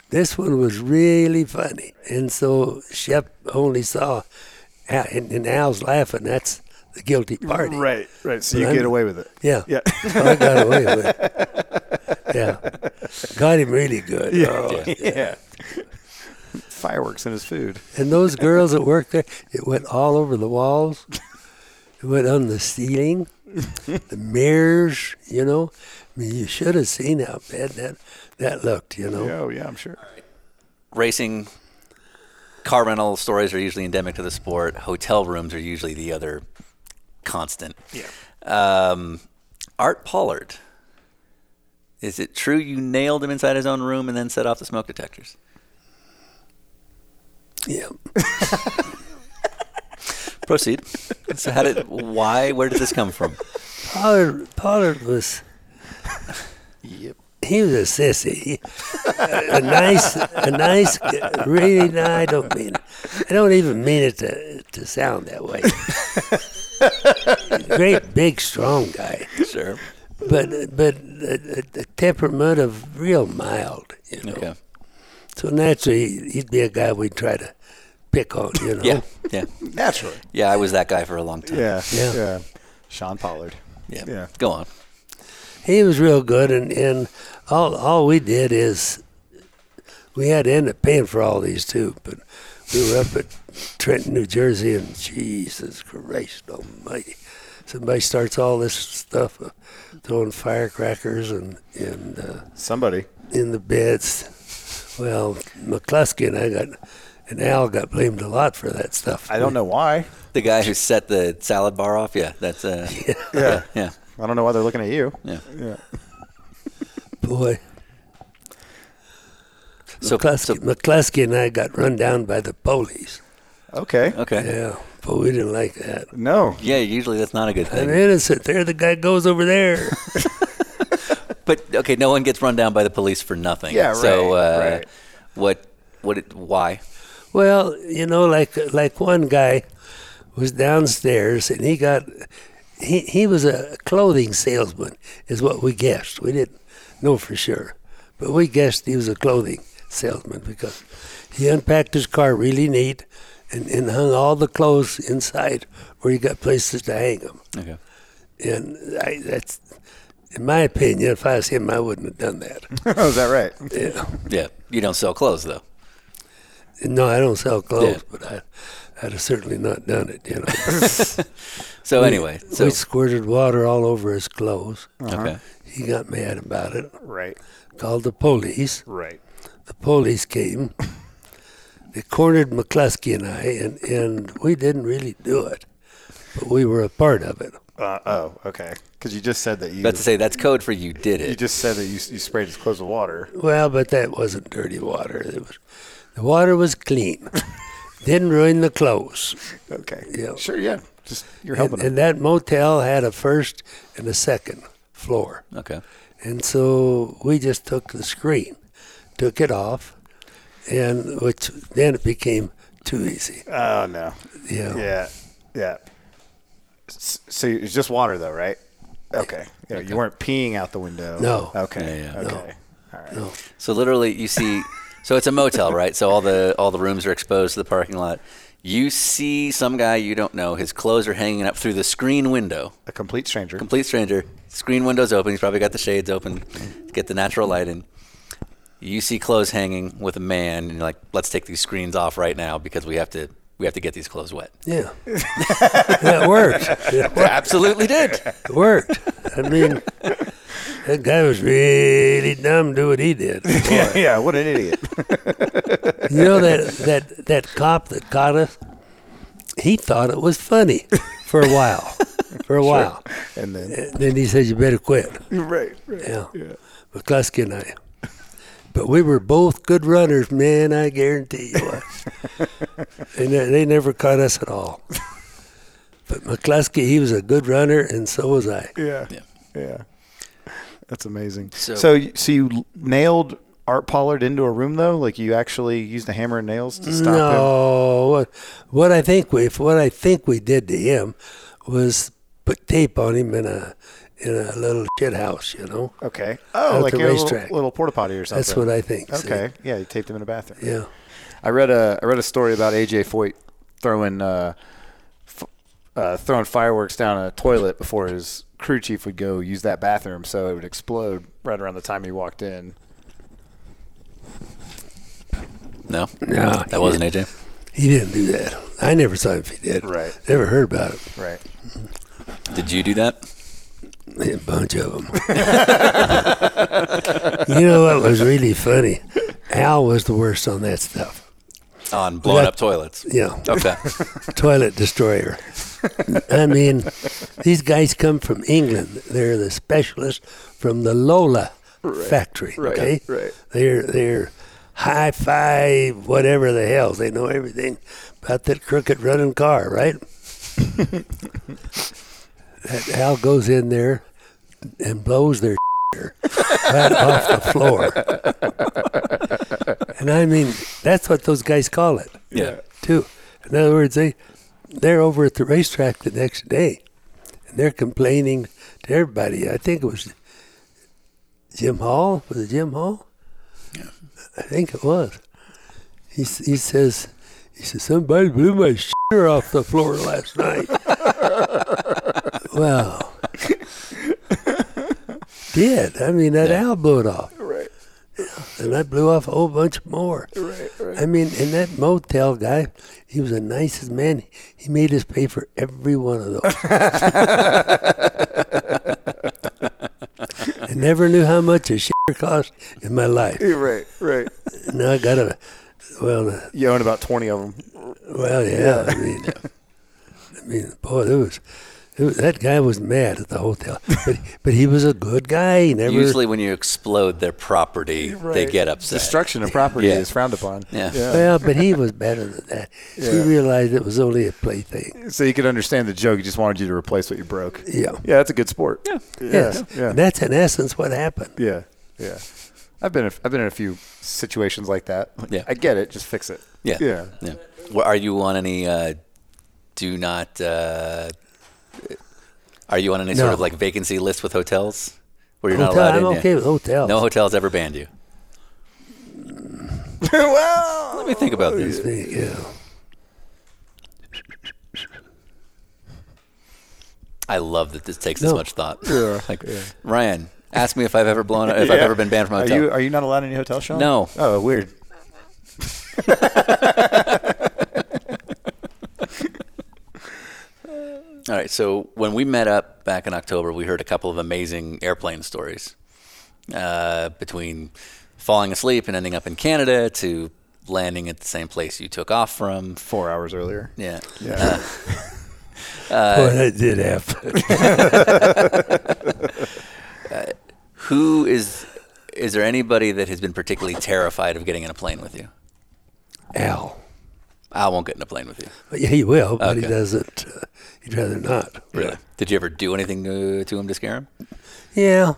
S6: This one was really funny, and so Shep only saw, Al, and, and Al's laughing. That's the guilty party.
S5: Right. Right. So you
S6: But I'm-
S5: get away with it.
S6: Yeah. Oh,
S5: Yeah.
S6: I got away with it. Yeah. Got him really good. Oh,
S5: yeah. Fireworks in his food.
S6: And those girls that worked there, it went all over the walls. It went on the ceiling, the mirrors, you know. I mean, you should have seen how bad that, that looked, you know.
S5: Yeah, Oh, yeah, I'm sure.
S2: Racing car rental stories are usually endemic to the sport. Hotel rooms are usually the other constant. Yeah. Um, Art Pollard. Is it true you nailed him inside his own room and then set off the smoke detectors?
S6: Yeah.
S2: Proceed. so how did why where did this come from?
S6: Pollard, Pollard was,
S5: Yep.
S6: he was a sissy. A, a nice, a nice, really, no, I don't mean I don't even mean it to, to sound that way. Great, big, strong guy.
S2: Sure.
S6: but but the, the temperament of real mild, you know.
S2: Okay.
S6: So naturally, he'd be a guy we'd try to pick on, you know.
S2: Yeah. Yeah.
S5: Naturally.
S2: Yeah, I was that guy for a long time.
S5: Yeah.
S6: Yeah.
S5: Sean Pollard.
S2: Yeah.
S5: Yeah.
S2: Go on.
S6: He was real good, and and all all we did is we had to end up paying for all these too, but we were up at Trenton, New Jersey, and Jesus Christ Almighty. Somebody starts all this stuff, uh, throwing firecrackers and and uh,
S5: Somebody.
S6: in the beds. Well, McCluskey and I got, and Al got blamed a lot for that stuff.
S5: I don't know why.
S2: The guy who set the salad bar off, yeah, that's uh,
S5: Yeah.
S2: yeah,
S5: I don't know why they're looking at you.
S2: yeah.
S6: Boy,
S2: So,
S6: McCluskey, McCluskey and I got run down by the police.
S5: Okay.
S2: okay,
S6: Yeah, but we didn't like that.
S5: No.
S2: yeah. Usually that's not a good
S6: I'm
S2: thing.
S6: innocent. There, the guy goes over there.
S2: But okay, no one gets run down by the police for nothing.
S5: Yeah,
S2: So,
S5: right,
S2: uh,
S5: right.
S2: what, what, it, why?
S6: Well, you know, like like one guy was downstairs and he got he he was a clothing salesman is what we guessed. We didn't know for sure, but we guessed he was a clothing salesman because he unpacked his car really neat and, and hung all the clothes inside where he got places to hang them.
S2: Okay,
S6: And I, that's in my opinion, if I was him, I wouldn't have done that.
S5: Oh, is that right?
S6: Yeah.
S2: yeah. You don't sell clothes though.
S6: No, I don't sell clothes,
S2: Yeah.
S6: but I, I'd have certainly not done it. You know.
S2: So anyway, so
S6: we squirted water all over his clothes.
S5: Uh-huh.
S2: okay,
S6: He got mad about it.
S1: Right,
S6: Called the police.
S1: right.
S6: The police came. They cornered McCluskey and I, and, and we didn't really do it, but we were a part of it.
S5: Uh, oh, okay. Because you just said that you
S2: about to say that's code for you did
S5: you
S2: it.
S5: just said that you, you sprayed his clothes with water.
S6: Well, but that wasn't dirty water. It was, the water was clean. didn't ruin the clothes.
S5: Okay.
S6: Yeah.
S5: Sure. Yeah. Just you're helping
S6: And, and that motel had a first and a second floor.
S2: okay,
S6: And so we just took the screen, took it off, and which then it became too easy.
S5: him. Oh no.
S6: Yeah.
S5: Yeah. Yeah. S- So it's just water though, right? Okay. Yeah, You weren't peeing out the window.
S6: No.
S5: Okay.
S2: Yeah, yeah.
S5: Okay. All right.
S2: so literally you see, so it's a motel, right? So all the all the rooms are exposed to the parking lot. You see some guy you don't know. His clothes are hanging up through the screen window.
S5: A complete stranger.
S2: Complete stranger. Screen window's open. He's probably got the shades open to get the natural light in. You see clothes hanging with a man, and you're like, "Let's take these screens off right now because we have to. We have to get these clothes wet."
S6: Yeah. that worked. It wor-
S2: Absolutely did.
S6: it worked. I mean, that guy was really dumb to what he did.
S5: yeah, yeah, what an idiot.
S6: You know that, that, that cop that caught us? He thought it was funny for a while. For a while.
S5: and then
S6: And then he said, You better quit.
S5: right, right.
S6: Yeah. McCluskey and I. But we were both good runners, man, I guarantee you. what. and they they never caught us at all. But McCluskey, he was a good runner, and so was I.
S5: Yeah.
S2: Yeah.
S5: Yeah. That's amazing.
S2: So-
S5: So, so, you- so you l- nailed Art Pollard into a room though? Like you actually used a hammer and nails to stop him?
S6: no, what, what I think we what I think we did to him was put tape on him in a in a little shit house, you know.
S5: Okay. Oh,
S6: At
S5: like a
S6: the
S5: little,
S6: racetrack.
S5: little porta potty or something.
S6: That's what I think. see?
S5: Okay. Yeah, you taped him in a bathroom.
S6: Yeah.
S5: I read a I read a story about AJ Foyt throwing uh, f- uh, throwing fireworks down a toilet before his crew chief would go use that bathroom, so it would explode right around the time he walked in.
S2: No,
S6: No,
S2: that wasn't AJ.
S6: He didn't do that. I never saw if he did.
S5: Right.
S6: Never heard about it.
S5: Right.
S2: Did you do that?
S6: A bunch of them. you know what was really funny? Al was the worst on that stuff.
S2: On blowing
S6: Yeah.
S2: up toilets.
S6: Yeah,
S2: Okay.
S6: toilet destroyer. I mean, these guys come from England. They're the specialists from the Lola factory. okay,
S5: right.
S6: They're they're high five, whatever the hell. They know everything about that crooked running car, right? that Al goes in there and blows their right off the floor. and I mean, that's what those guys call it
S2: Yeah.
S6: too. In other words, they they're over at the racetrack the next day, and they're complaining to everybody. I think it was Jim Hall. Was it Jim Hall? Yeah. I think it was. He s- he says he says somebody blew my shitter off the floor last night. well. Did I mean that owl blew it off? Right. And I blew off a whole bunch more. I mean, and that motel guy, he was the nicest man. He made us pay for every one of those. I never knew how much a shit cost in my life.
S5: Right. Right.
S6: Now I got a, well, uh,
S5: You own about twenty of them.
S6: well, yeah. I mean, I mean, boy, there was, it was, that guy was mad at the hotel, but but he was a good guy. He never.
S2: Usually, when you explode their property, they get upset.
S5: Destruction of property
S2: Yeah.
S5: is frowned upon.
S2: Yeah.
S6: well, but he was better than that. He
S5: Yeah.
S6: realized it was only a plaything.
S5: So you could understand the joke. He just wanted you to replace what you broke.
S6: Yeah.
S5: Yeah, that's a good sport. Yeah.
S6: Yes.
S5: Yeah.
S6: And that's in essence what happened.
S5: Yeah. Yeah. I've been a, I've been in a few situations like that.
S2: Yeah.
S5: I get it. Just fix it.
S2: Yeah.
S5: Yeah.
S2: Well, are you on any? Uh, do not. Uh, are you on any sort
S6: No.
S2: of like vacancy list with hotels where you're
S6: Hotel,
S2: not allowed
S6: I'm
S2: in?
S6: okay
S2: Yeah.
S6: with hotels.
S2: No hotels ever banned you.
S5: well,
S2: Let me think about this.
S6: Yeah.
S2: I love that this takes this
S6: No.
S2: much thought.
S5: Yeah,
S2: like,
S5: yeah.
S2: Ryan, ask me if I've ever blown. If I've
S5: Yeah.
S2: ever been banned from a hotel.
S5: Are you are you not allowed in any hotel, Sean?
S2: No.
S5: Oh, weird.
S2: All right. So when we met up back in October, we heard a couple of amazing airplane stories uh, between falling asleep and ending up in Canada to landing at the same place you took off from.
S5: Four hours earlier.
S2: Yeah.
S5: Yeah.
S2: Uh,
S6: Boy, that did happen.
S2: Who is? Is there anybody that has been particularly terrified of getting in a plane with you?
S6: Al.
S2: I won't get in a plane with you.
S6: But yeah, he will, but he
S2: Okay.
S6: doesn't. Uh, he'd rather not.
S2: Really? Did you ever do anything to, to him to scare him?
S6: Yeah.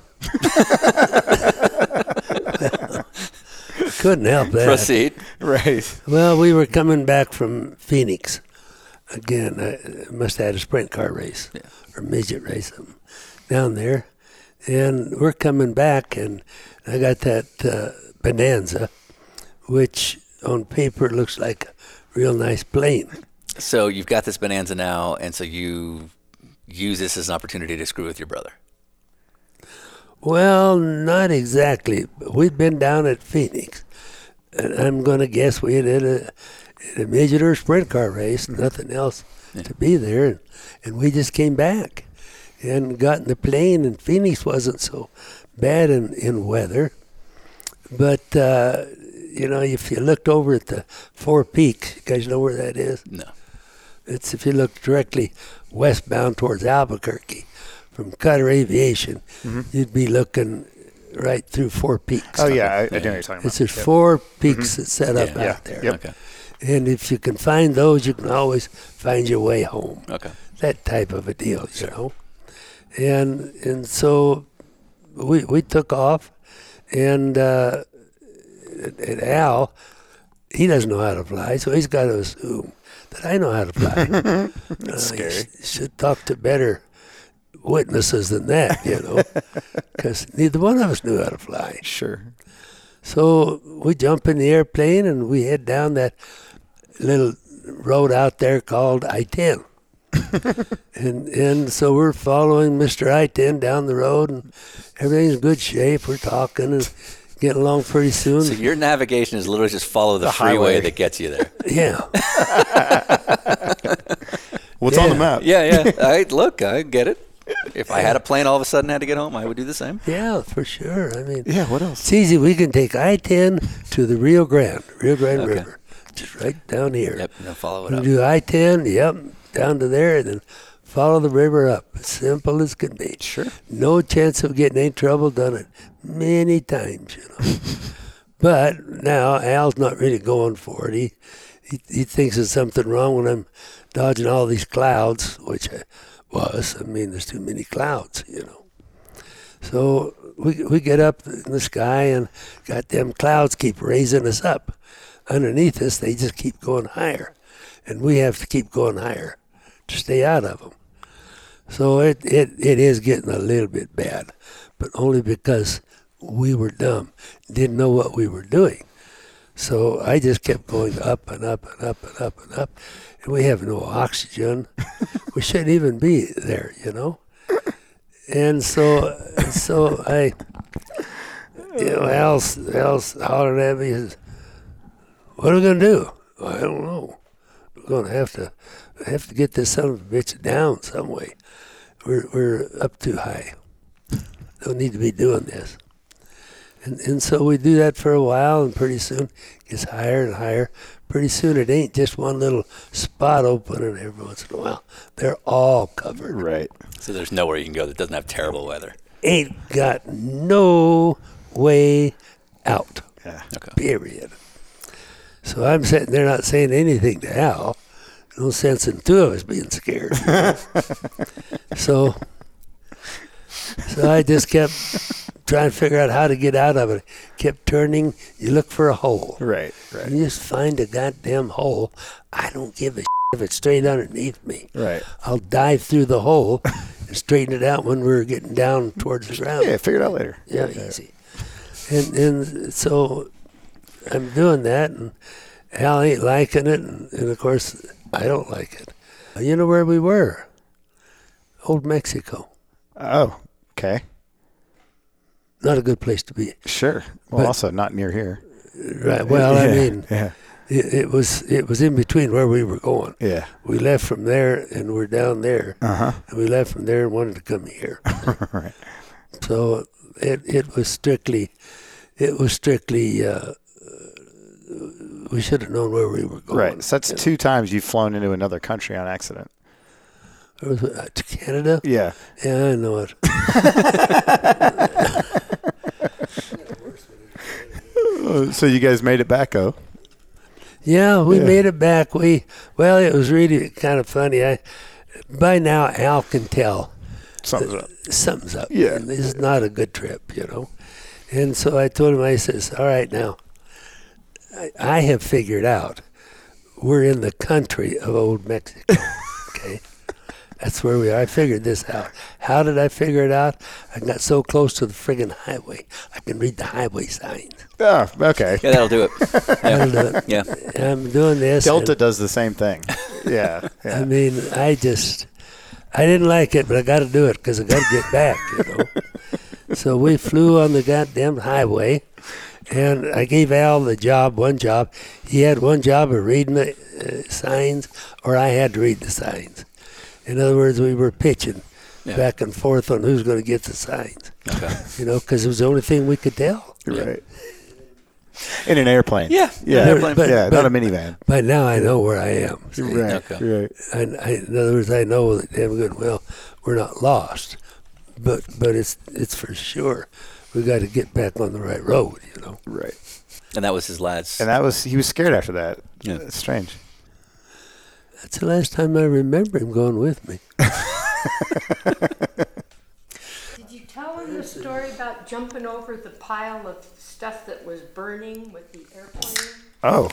S6: Couldn't help that.
S2: Proceed.
S5: Right.
S6: Well, we were coming back from Phoenix. Again, I must have had a sprint car race or midget race um, down there. And we're coming back, and I got that uh, Bonanza, which on paper looks like a real nice plane.
S2: So you've got this bonanza now, and so you use this as an opportunity to screw with your brother.
S6: Well, not exactly. We've been down at Phoenix, and I'm going to guess we did a, a midget or sprint car race, nothing else to be there, and, and we just came back and got in the plane, and Phoenix wasn't so bad in, in weather. But, uh, you know, if you looked over at the Four Peaks, you guys know where that is?
S2: No.
S6: It's if you look directly westbound towards Albuquerque from Cutter Aviation, you'd be looking right through Four Peaks.
S5: Mm-hmm. Oh yeah, I, I know what you're talking
S6: It's
S5: about.
S6: just four peaks that's set up
S2: Yeah.
S6: out there.
S5: Yep.
S2: Okay.
S6: And if you can find those, you can always find your way home.
S2: Okay.
S6: That type of a deal, you know. And and so we we took off, and uh, and Al, he doesn't know how to fly, so he's got to assume that I know how to fly. That's scary. should talk to better witnesses than that, you know, because neither one of us knew how to fly.
S5: Sure.
S6: So we jump in the airplane and we head down that little road out there called I 10. and and so we're following Mr. I 10 down the road and everything's in good shape. We're talking and getting along pretty soon.
S2: So your navigation is literally just follow the, freeway
S5: highway.
S2: that gets you there.
S6: yeah.
S5: What's on the
S6: Yeah.
S5: map?
S2: yeah, yeah. I look, I get it. If I had a plane all of a sudden had to get home, I would do the same.
S6: Yeah, for sure. I mean,
S5: Yeah, what else?
S6: It's easy. We can take I 10 to the Rio Grande, Rio Grande
S2: Okay.
S6: River, just right down here.
S2: Yep. No, follow it
S6: You
S2: up.
S6: do I 10, yep, down to there, and then follow the river up. As simple as can be. Sure. No chance of getting any trouble. Done it many times, you know. but now Al's not really going for it. He, he, he thinks there's something wrong when I'm dodging all these clouds, which I was. I mean, there's too many clouds, you know. So we, we get up in the sky, and goddamn clouds keep raising us up. Underneath us, they just keep going higher, and we have to keep going higher to stay out of them. So it, it, it is getting a little bit bad, but only because we were dumb, didn't know what we were doing. So I just kept going up and up and up and up and up, and we have no oxygen. we shouldn't even be there, you know. And so, so I, you know, Al's, Al's hollering at me, says, what are we gonna do? I don't know. We're gonna have to have to get this son of a bitch down some way. We're we're up too high. Don't need to be doing this. And and so we do that for a while, and pretty soon it gets higher and higher. Pretty soon it ain't just one little spot opening every once in a while. They're all covered.
S5: Right.
S2: So there's nowhere you can go that doesn't have terrible weather.
S6: Ain't got no way out.
S5: Yeah.
S2: Okay.
S6: period. So I'm sitting there not saying anything to Al. No sense in two of us being scared. you know. so, so I just kept trying to figure out how to get out of it. Kept turning. You look for a hole.
S5: Right. Right.
S6: You just find a goddamn hole. I don't give a if it's straight underneath me.
S5: Right.
S6: I'll dive through the hole and straighten it out when we're getting down towards the ground.
S5: Yeah. Figure it out later.
S6: Yeah, easy. And and so I'm doing that, and Al ain't liking it, and, and of course I don't like it. You know where we were? Old Mexico.
S5: Oh. Okay.
S6: Not a good place to be.
S5: Sure. Well,
S6: But-
S5: also not near here.
S6: Right. Well, I
S5: Yeah,
S6: mean,
S5: yeah.
S6: it, it was it was in between where we were going.
S5: Yeah.
S6: We left from there and we're down there. Uh-huh. And we left from there and wanted to come here.
S5: Right.
S6: So it it was strictly, it was strictly. Uh, uh, we should have known where we were going.
S5: Right. So that's two times you've flown into another country on accident.
S6: Or was it, uh, to Canada.
S5: Yeah.
S6: Yeah, I know it.
S5: Uh, So you guys made it back, oh.
S6: Yeah, we
S5: Yeah.
S6: made it back. We well, it was really kind of funny. I by now Al can tell
S5: Something's up.
S6: something's up.
S5: Yeah.
S6: And this is not a good trip, you know. And so I told him, I says, all right, now, I, I have figured out we're in the country of old Mexico, okay? That's where we are. I figured this out. How did I figure it out? I got so close to the friggin' highway. I can read the highway signs.
S5: Oh, okay.
S2: Yeah, that'll do it.
S6: I'll do it.
S2: Yeah.
S6: I'm doing this.
S5: Delta does the same thing. Yeah.
S6: I
S5: yeah.
S6: mean, I just, I didn't like it, but I got to do it because I got to get back, you know. so we flew on the goddamn highway, and I gave Al the job, one job. He had one job of reading the uh, signs, or I had to read the signs. In other words, we were pitching
S2: Yeah.
S6: back and forth on who's going to get the signs,
S2: Okay.
S6: you know, because it was the only thing we could tell.
S5: Right. In an airplane.
S2: Yeah, in
S5: Yeah.
S2: an airplane.
S6: But-
S5: yeah.
S6: but-
S5: not a minivan.
S6: But now I know where I am. see.
S5: Right.
S2: Okay.
S5: Right.
S6: I, I, in other words, I know that damn good well we're not lost, but but it's it's for sure we got to get back on the right road. You know,
S5: Right.
S2: And that was his lads.
S5: And that was he was scared after that.
S2: Yeah.
S5: It's strange.
S6: that's the last time I remember him going with me.
S4: Did you tell him the story about jumping over the pile of stuff that was burning with the airplane?
S5: Oh.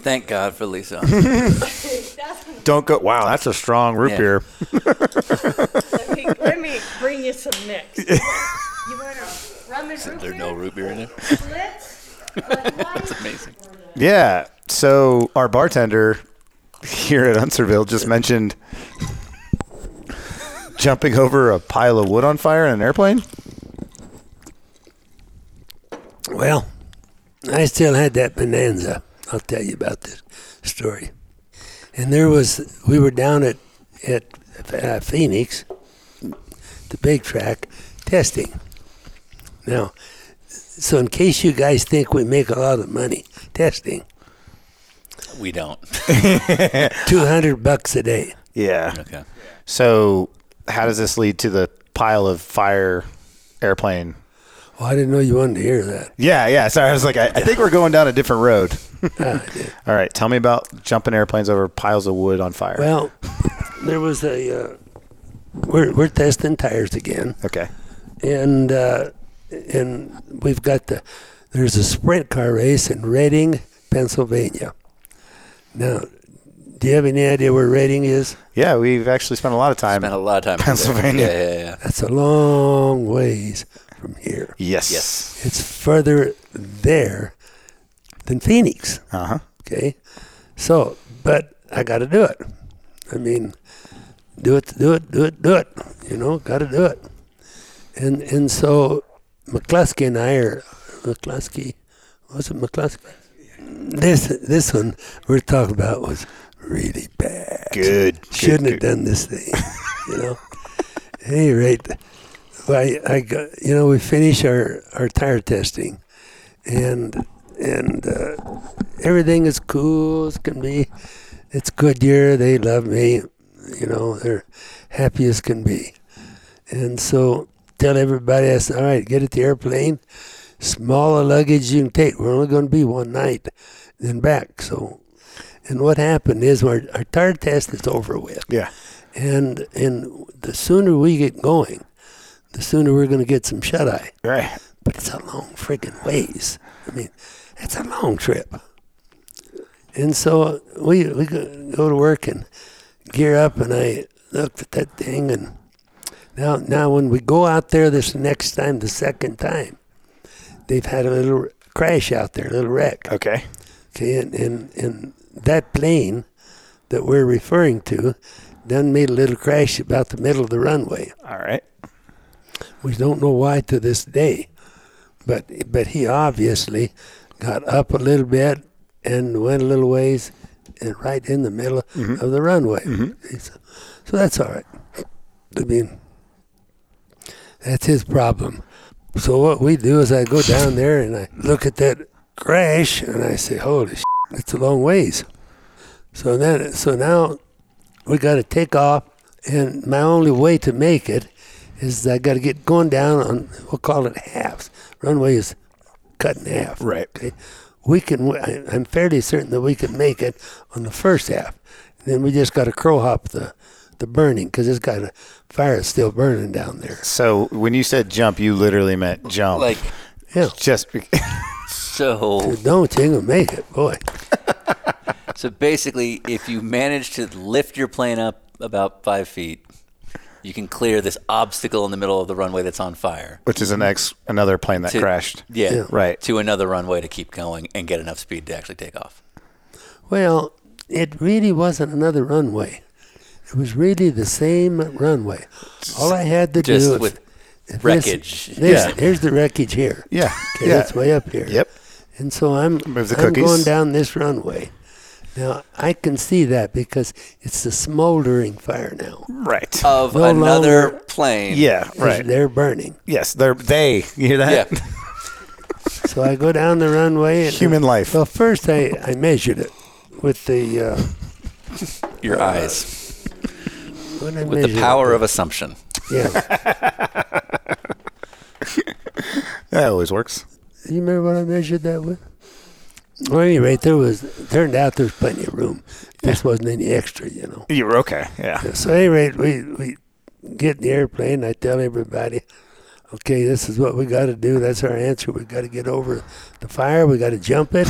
S2: Thank God for Lisa.
S4: That's what
S5: Don't go. Wow, that's a strong root
S2: Yeah.
S5: beer.
S4: let, me, let me bring you some mix. you want a rum and root
S2: There's no root beer in there.
S4: beer Blitz? That's
S2: amazing.
S5: Yeah. So our bartender here at Unserville just mentioned jumping over a pile of wood on fire in an airplane.
S6: Well, I still had that bonanza. I'll tell you about this story. And there was we were down at at uh, Phoenix, the big track, testing. Now, so in case you guys think we make a lot of money testing,
S2: We don't.
S6: two hundred bucks a day.
S5: Yeah.
S2: Okay.
S5: So how does this lead to the pile of fire airplane?
S6: Well, I didn't know you wanted to hear that.
S5: Yeah, yeah. Sorry, I was like, I, I think we're going down a different road. All right, tell me about jumping airplanes over piles of wood on fire.
S6: Well, there was a uh, we're we're testing tires again.
S5: okay.
S6: and uh, and we've got the there's a sprint car race in Reading, Pennsylvania. Now, do you have any idea where Reading is?
S5: Yeah, we've actually spent a lot of time.
S2: Spent a lot of time. in
S5: Pennsylvania.
S2: there. Yeah, yeah, yeah.
S6: That's a long ways from here.
S5: yes.
S2: Yes.
S6: It's further there than Phoenix.
S5: Uh huh.
S6: Okay, so but I got to do it. I mean, do it, do it, do it, do it. You know, got to do it. And and so McCluskey and I are McCluskey. Was it McCluskey? This this one we're talking about was really bad.
S5: Good.
S6: Shouldn't
S5: good,
S6: have done this thing. you know. At any rate, well, I, I got, you know we finish our, our tire testing, and and uh, everything is cool as can be. It's Goodyear. They love me. You know they're happy as can be, and so tell everybody I said, all right, get at the airplane. Smaller luggage you can take. We're only going to be one night, then back. So, and what happened is our, our tire test is over with
S5: Yeah.
S6: and and the sooner we get going, the sooner we're going to get some shut eye.
S5: Right.
S6: But it's a long friggin' ways. I mean, it's a long trip. And so we we go go to work and gear up, and I looked at that thing, and now now when we go out there this next time, the second time, they've had a little crash out there, a little wreck.
S5: Okay.
S6: Okay, and, and, and that plane that we're referring to done made a little crash about the middle of the runway.
S5: All right.
S6: We don't know why to this day, but but he obviously got up a little bit and went a little ways and right in the middle of the runway. So, so that's all right. I mean, that's his problem. So what we do is I go down there and I look at that crash and I say, "Holy shit, it's a long ways." So then, so now we got to take off, and my only way to make it is I got to get going down on we'll call it halves. Runway is cut in half.
S5: Right.
S6: Okay. We can. I- I'm fairly certain that we can make it on the first half. Then we just got to crow hop the the burning because it's got a fire is still burning down there.
S5: So when you said jump, you literally meant jump.
S2: Like,
S6: Yeah.
S5: just be-
S2: so.
S6: Don't you ain't gonna make it, boy.
S2: So basically, if you manage to lift your plane up about five feet, you can clear this obstacle in the middle of the runway that's on fire.
S5: Which is an ex another plane that
S2: To-
S5: crashed.
S2: Yeah,
S5: Right.
S2: To another runway to keep going and get enough speed to actually take off.
S6: Well, it really wasn't another runway. It was really the same runway. All I had to
S2: Just
S6: do if-
S2: with
S6: if this-
S2: wreckage.
S6: there's-
S5: Yeah.
S6: Here's the wreckage here.
S5: Yeah.
S6: Okay,
S5: yeah.
S6: that's way up here.
S5: Yep.
S6: And so I'm,
S5: Move the
S6: I'm
S5: cookies.
S6: going down this runway. Now I can see that because it's a smoldering fire now.
S5: Right.
S2: Of
S6: No
S2: another
S6: longer-
S2: plane.
S5: yeah. Right.
S6: They're burning.
S5: yes. They're they. You hear
S2: Yeah.
S5: that?
S6: So I go down the runway. And
S5: Human life.
S6: Well, first I, I measured it with the uh,
S2: Your eyes.
S6: what did I
S2: Uh, With the power of assumption.
S6: yeah.
S5: That always works.
S6: you remember what I measured that with? Well, at any rate, there was turned out there was plenty of room. This wasn't any extra, you know.
S5: You're okay. Yeah.
S6: So at any rate, we, we get in the airplane. I tell everybody, okay, this is what we got to do. That's our answer. We got to get over the fire. We got to jump it,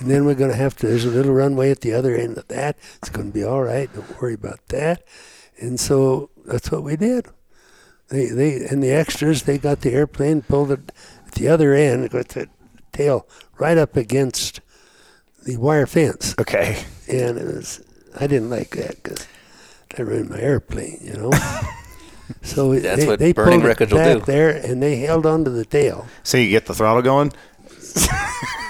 S6: and then we're going to have to. There's a little runway at the other end of that. It's going to be all right. Don't worry about that. And so that's what we did. They they and the extras they got the airplane pulled it at the other end with the tail right up against the wire fence
S5: Okay.
S6: and it was I didn't like that because that ruined my airplane, you know. so
S2: That's
S6: they,
S2: what
S6: they
S2: burning
S6: pulled it
S2: wreckage will
S6: back
S2: do.
S6: there, and they held onto the tail.
S5: So you get the throttle going,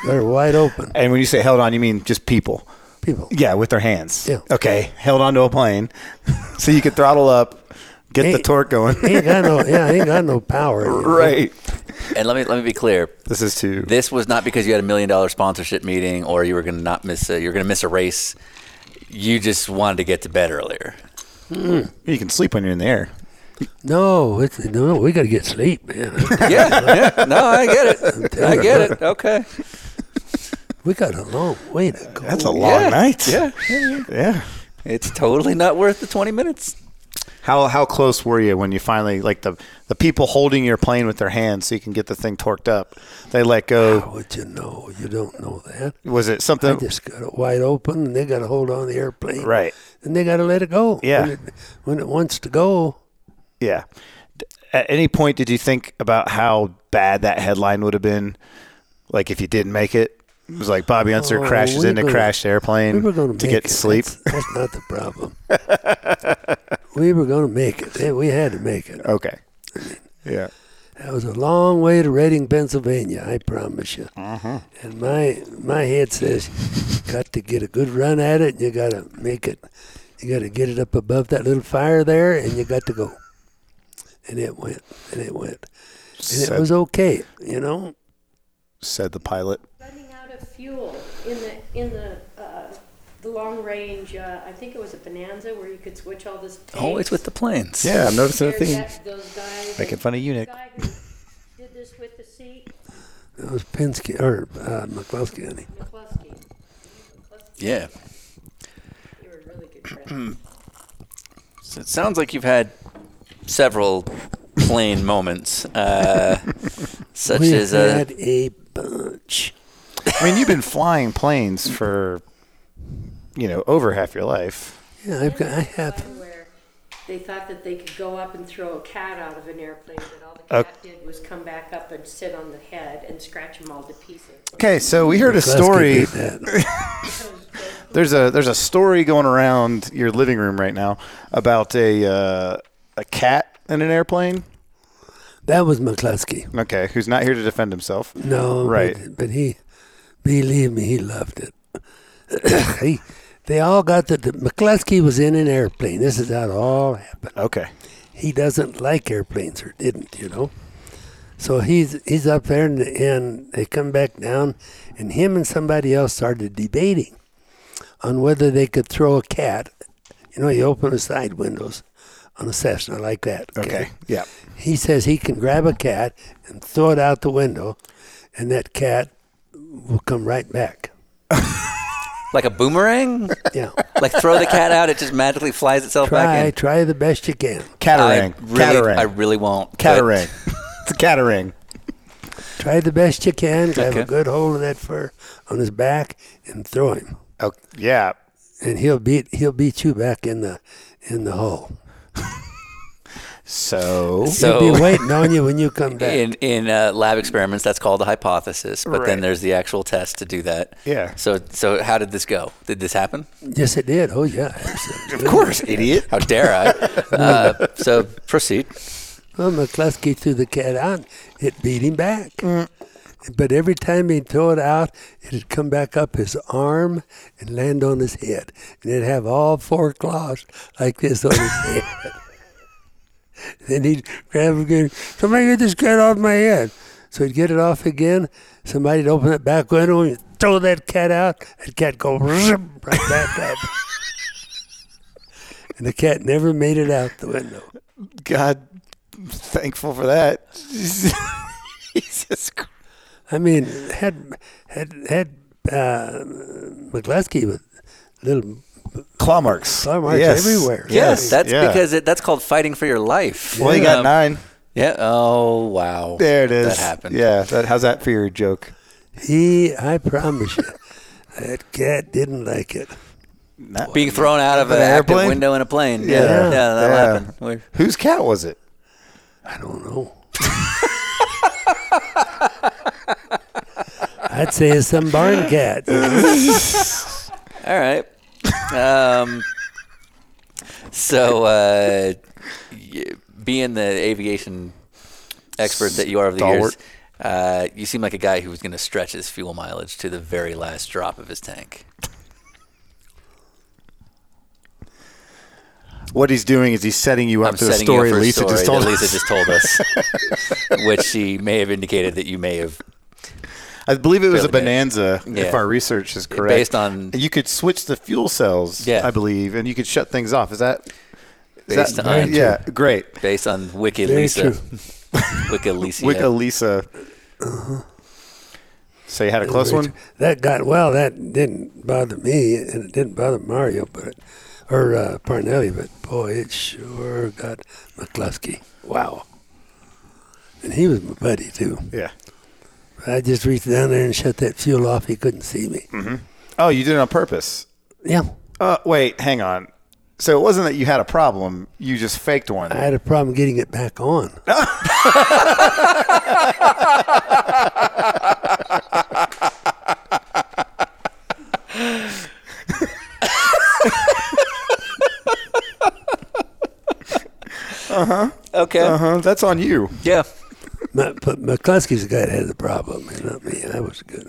S6: They're wide open,
S5: and when you say held on, you mean just people.
S6: people.
S5: Yeah, with their hands.
S6: Yeah.
S5: Okay. Held onto a plane, so you could throttle up, get the
S6: Hey.
S5: torque going.
S6: ain't got no, yeah, ain't got no power. you know.
S5: right.
S2: And let me let me be clear.
S5: This is too.
S2: This was not because you had a million dollar sponsorship meeting or you were going to not miss a, you were going to miss a race. You just wanted to get to bed earlier.
S5: you can sleep when you're in the air.
S6: No, it's, no, we got to get sleep, man.
S2: Yeah, yeah. No, I get it. I get it. Okay.
S6: we got a long way to go.
S5: That's a long
S2: yeah.
S5: night.
S2: Yeah.
S5: Yeah.
S2: It's totally not worth the 20 minutes.
S5: How how close were you when you finally like the the people holding your plane with their hands so you can get the thing torqued up? They let
S6: How
S5: go.
S6: would you know? You don't know that.
S5: Was it
S6: I
S5: something?
S6: just got it wide open, and they got to hold on to the airplane.
S5: Right.
S6: And they got to let it go.
S5: Yeah.
S6: When it, when it wants to go,
S5: Yeah. D- At any point, did you think about how bad that headline would have been? Like if you didn't make it, it was like Bobby Unser
S6: Oh,
S5: crashes
S6: we
S5: into
S6: were-
S5: crashed airplane
S6: We were going
S5: to get
S6: it.
S5: sleep.
S6: That's, that's not the problem. we were going to make it. Hey, We had to make it.
S5: Okay. Yeah.
S6: That was a long way to Reading, Pennsylvania. I promise you.
S5: Uh-huh.
S6: And my my head says, got to get a good run at it, and you got to make it. You got to get it up above that little fire there, and you got to go. And it went, and it went, and
S5: Said,
S6: it was okay. You know,
S5: said the pilot.
S4: Running out of fuel in the, in the, uh, the long range, uh, I think it was a Bonanza where you could switch all this.
S2: Always with the planes.
S5: Yeah, I'm noticing a theme.
S4: Those guys.
S5: Making fun of you,
S4: The
S5: Nick.
S4: guy who Did this with the seat,
S6: it was Penske or uh, McCluskey, honey.
S4: McCluskey.
S2: Yeah.
S4: You were a really good friend.
S2: So it sounds like you've had several plane moments, uh, such
S6: We
S2: as uh,
S6: had a bunch.
S5: I mean, you've been flying planes for, you know, over half your life.
S6: Yeah, I've got, I have.
S4: one where they thought that they could go up and throw a cat out of an airplane, but all the cat did was come back up and sit on the head and scratch them all to pieces.
S5: Okay, so we heard a
S6: Let's get
S5: story.
S6: that.
S5: There's a there's a story going around your living room right now about a uh, a cat in an airplane.
S6: That was McCluskey.
S5: Okay, who's not here to defend himself?
S6: No,
S5: Right.
S6: But, but he, believe me, he loved it. he, they all got the, the McCluskey was in an airplane. This is how it all happened.
S5: Okay.
S6: He doesn't like airplanes, or didn't, you know. So he's he's up there, and, and they come back down, and him and somebody else started debating on whether they could throw a cat. You know, you open the side windows on a Cessna like that.
S5: Okay. Yeah.
S6: He says he can grab a cat and throw it out the window, and that cat will come right back.
S2: like a boomerang.
S6: Yeah.
S2: like throw the cat out, it just magically flies itself back
S6: try,
S2: in.
S6: try the best you can.
S2: I
S5: Catarang.
S2: really,
S5: Catarang.
S2: I really won't. but-
S5: Catarang. it's a catarang.
S6: Try the best you can. Grab
S2: Okay.
S6: a good hold of that fur on his back and throw him,
S5: Oh, yeah.
S6: and he'll beat he'll beat you back in the in the hole.
S5: So,
S6: They'll be
S2: So
S6: waiting on you when you come back.
S2: in in uh, lab experiments, that's called a hypothesis, but then
S5: Right.
S2: there's the actual test to do that.
S5: Yeah.
S2: So so how did this go? Did this happen?
S6: yes, it did. Oh yeah.
S5: of course, idiot.
S2: How dare I? uh, so proceed.
S6: Well, McCluskey threw the cat out. It beat him back. But every time he'd throw it out, it'd come back up his arm and land on his head. And it'd have all four claws like this on his head. then he'd grab it again. Somebody get this cat off my head. So he'd get it off again. Somebody'd open that back window and throw that cat out. That cat go right back up. and the cat never made it out the window.
S5: God, thankful for that. Jesus Christ.
S6: I mean, had had had uh, McCluskey with little
S5: Claw marks.
S6: Claw marks everywhere.
S2: Yes, that's
S5: yeah.
S2: because it, that's called fighting for your life.
S5: Well, he got
S2: Um,
S5: nine.
S2: Yeah. Oh wow.
S5: There it is.
S2: That happened.
S5: Yeah. That, how's that for your joke?
S6: he. I promise you, that cat didn't like it.
S2: Being thrown out of
S5: An
S2: an active
S5: airplane?
S2: window in a plane. Yeah.
S5: Yeah.
S2: Yeah, that'll
S5: Yeah.
S2: happen. We're-
S5: Whose cat was it?
S6: I don't know. I'd say it's some barn cat.
S2: All right. Um, so, uh, y- being the aviation expert that you are of the
S5: Stalwart.
S2: years, uh, you seem like a guy who was going to stretch his fuel mileage to the very last drop of his tank.
S5: What he's doing is he's setting you up
S2: I'm
S5: for the
S2: setting
S5: story
S2: you up for a
S5: Lisa
S2: story
S5: just told
S2: that
S5: us.
S2: Lisa just told us, which she may have indicated that you may have.
S5: I believe it was a
S2: Really bad.
S5: bonanza, if
S2: Yeah.
S5: our research is correct.
S2: Based on-
S5: you could switch the fuel cells,
S2: Yeah.
S5: I believe, and you could shut things off. Is that? is
S2: Based
S5: that-
S2: on-
S5: yeah, great.
S2: Based on Wiki
S6: Very
S2: Lisa.
S6: true.
S2: Wiki Lisa.
S5: Wicca Lisa. So you had a close one.
S6: That got well. That didn't bother me, and it didn't bother Mario, but or uh, Parnelli. But boy, it sure got McCluskey. Wow. And he was my buddy too.
S5: Yeah.
S6: I just reached down there and shut that fuel off. He couldn't see me.
S5: Oh, you did it on purpose.
S6: Yeah.
S5: Uh, wait, hang on. So it wasn't that you had a problem; you just faked one.
S6: I had a problem getting it back on.
S2: Okay.
S5: Uh-huh, that's on you.
S2: Yeah.
S6: My, but McCluskey's the guy that had the problem, and not me. I was good.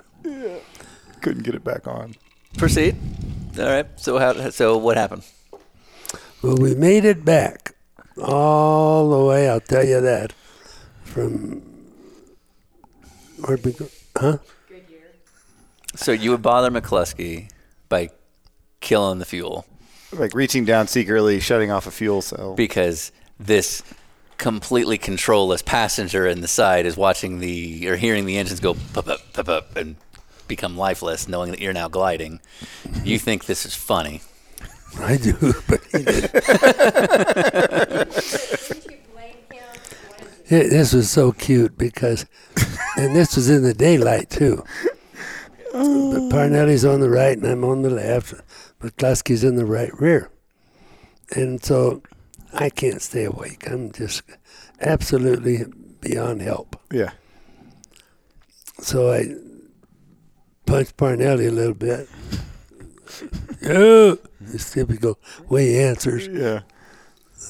S5: Couldn't get it back on.
S2: Proceed. All right. So how? So what happened?
S6: Well, we made it back all the way. I'll tell you that. From where'd we go? Huh?
S4: Good year.
S2: So you would bother McCluskey by killing the fuel
S5: Like reaching down secretly, shutting off a fuel cell.
S2: because this completely controlless passenger in the side is watching the or hearing the engines go pup up pup up and become lifeless, knowing that you're now gliding. You think this is funny.
S6: I do, but he did.
S4: Did you blame him? What is it?
S6: It, this was so cute because, and this was in the daylight too. But Parnelli's on the right and I'm on the left. McCluskey's in the right rear. And so I can't stay awake. I'm just absolutely beyond help.
S5: yeah.
S6: So I punched Parnelli a little bit. Oh, it's typical way he answers.
S5: Yeah.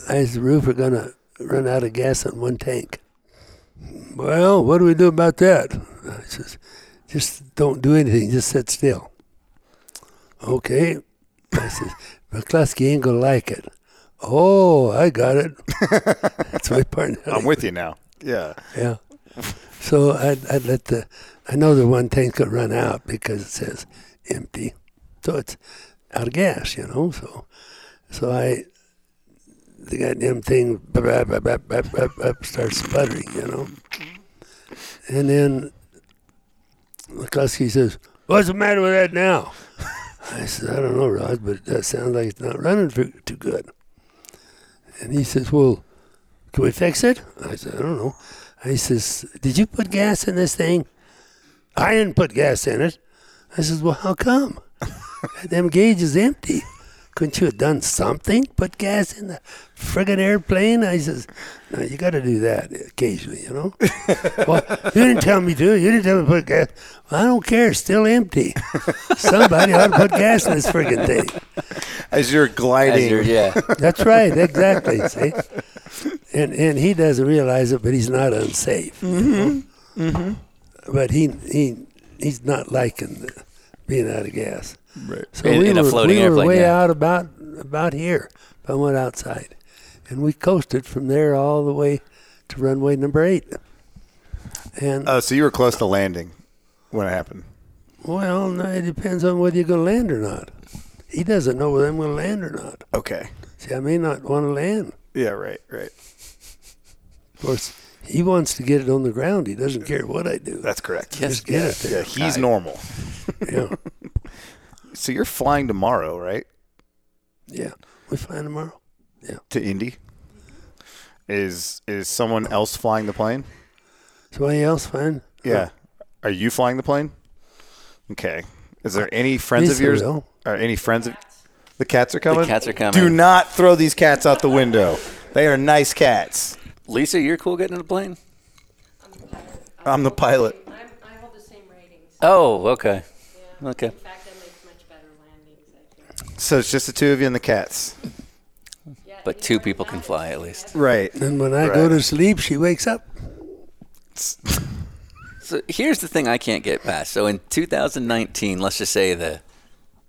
S6: I said, Roof, we're going to run out of gas on one tank. Well, what do we do about that? I says, just don't do anything. Just sit still. Okay. I says, McCluskey ain't going to like it. Oh, I got it. That's my partner.
S5: I'm with you now. Yeah.
S6: Yeah. So I'd, I'd let the, I know the one tank could run out because it says empty. So it's out of gas, you know. So, so I, the goddamn thing blah, blah, blah, blah, blah, blah, blah, starts sputtering, you know. And then McCluskey says, What's the matter with that now? I said, I don't know, Rod, but that sounds like it's not running too too good. And he says, Well, can we fix it? I said, I don't know. He says, Did you put gas in this thing? I didn't put gas in it. I says, Well, how come? That damn gauge is empty. couldn't you have done something? Put gas in the friggin' airplane? I says, no, you got to do that occasionally, you know? well, you didn't tell me to. You didn't tell me to put gas. I don't care. It's still empty. Somebody ought to put gas in this friggin' thing.
S5: As you're gliding.
S2: As you're- yeah.
S6: That's right, exactly. See, and and he doesn't realize it, but he's not unsafe. Mm-hmm. Mm-hmm. But he he he's not liking the, being out of gas.
S5: Right.
S6: So
S2: In-
S6: we
S2: in a
S6: were
S2: floating
S6: we
S2: airplane,
S6: were way
S2: yeah.
S6: out about about here. I went outside, and we coasted from there all the way to runway number eight. And
S5: Uh, so you were close to landing when it happened.
S6: well, no, it depends on whether you're going to land or not. He doesn't know whether I'm going to land or not.
S5: Okay.
S6: See, I may not want to land.
S5: Yeah, right, right.
S6: Of course, he wants to get it on the ground. He doesn't care what I do.
S5: That's correct.
S6: Just get it
S5: Yeah,
S6: there.
S5: he's normal.
S6: Yeah.
S5: So you're flying tomorrow, right?
S6: yeah. We flying tomorrow?
S5: To Indy? Is is someone else flying the plane?
S6: Somebody else flying?
S5: Yeah. Are you flying the plane? Okay. Is there any friends
S6: Yes,
S5: of yours?
S6: I will.
S5: Are any friends of the cats are coming?
S2: cats are coming.
S5: Do not throw these cats out the window. They are nice cats.
S2: Lisa, you're cool getting in a plane?
S5: I'm the pilot.
S4: I'm, I hold the same ratings.
S2: Oh, okay. Okay.
S4: In fact, I make much better landings, I think.
S5: So it's just the two of you and the cats.
S4: Yeah,
S2: But
S4: you
S2: two
S4: are
S2: people can
S4: not-
S2: fly at least.
S5: Right.
S6: And when I go
S5: Right.
S6: to sleep, she wakes up.
S2: So here's the thing I can't get past. So in 2019, let's just say the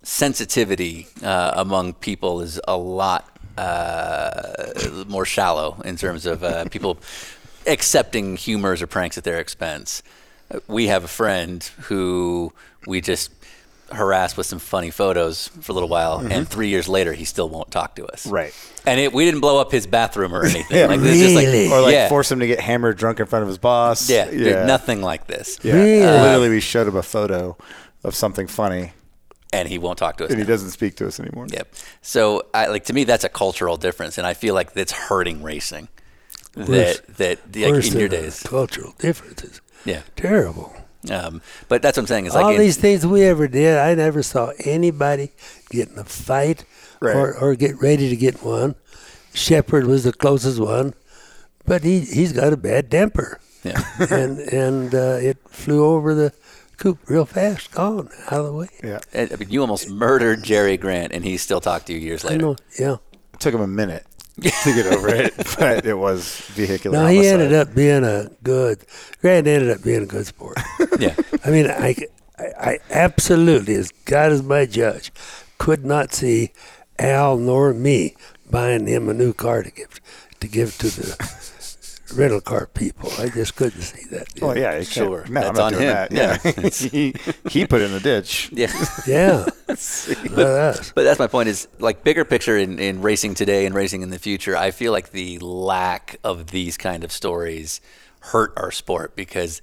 S2: sensitivity uh, among people is a lot uh, more shallow in terms of uh, people accepting humors or pranks at their expense. Uh, We have a friend who we just harassed with some funny photos for a little while, and three years later, he still won't talk to us.
S5: Mm-hmm. Right.
S2: And it, we didn't blow up his bathroom or anything. like, it's just
S6: Really?
S5: Or like
S2: yeah,
S5: force him to get hammered drunk in front of his boss.
S2: yeah, dude, nothing like this.
S5: Yeah.
S6: Really?
S5: Literally, we showed him a photo of something funny,
S2: And he won't talk to us.
S5: and he
S2: now.
S5: doesn't speak to us anymore.
S2: Yep. So, I, like to me, that's a cultural difference, and I feel like that's hurting racing.
S6: Worse-
S2: That that like,
S6: Worse
S2: in your
S6: than the
S2: days,
S6: Cultural differences.
S2: yeah.
S6: Terrible.
S2: Um, but that's what I'm saying is like
S6: All
S2: in-
S6: these things we ever did, I never saw anybody get in a fight
S5: Right.
S6: or, or get ready to get one. Shepard was the closest one, but he, he's got a bad temper.
S2: yeah.
S6: and and uh, it flew over the coop real fast, gone out of the way.
S5: Yeah.
S2: And, I mean, you almost murdered Jerry Grant, and he still talked to you years
S6: You
S2: later.
S6: know, yeah.
S5: It took him a minute to get over it, but it was vehicular.
S6: No, he
S5: homicide.
S6: ended up being a good. Grant ended up being a good sport.
S2: Yeah.
S6: I mean, I, I, I absolutely, as God is my judge, could not see Al nor me buying him a new car to give to give to the rental car people. I just couldn't see that.
S5: Well, yeah, it can't-
S2: Sure.
S5: No, I'm
S2: That's on
S5: not doing
S2: him.
S5: that.
S2: Yeah.
S5: Yeah, he, he put it in the ditch.
S2: Yeah.
S6: yeah, not us.
S2: But that's my point is like bigger picture in, in racing today and racing in the future, I feel like the lack of these kind of stories hurt our sport because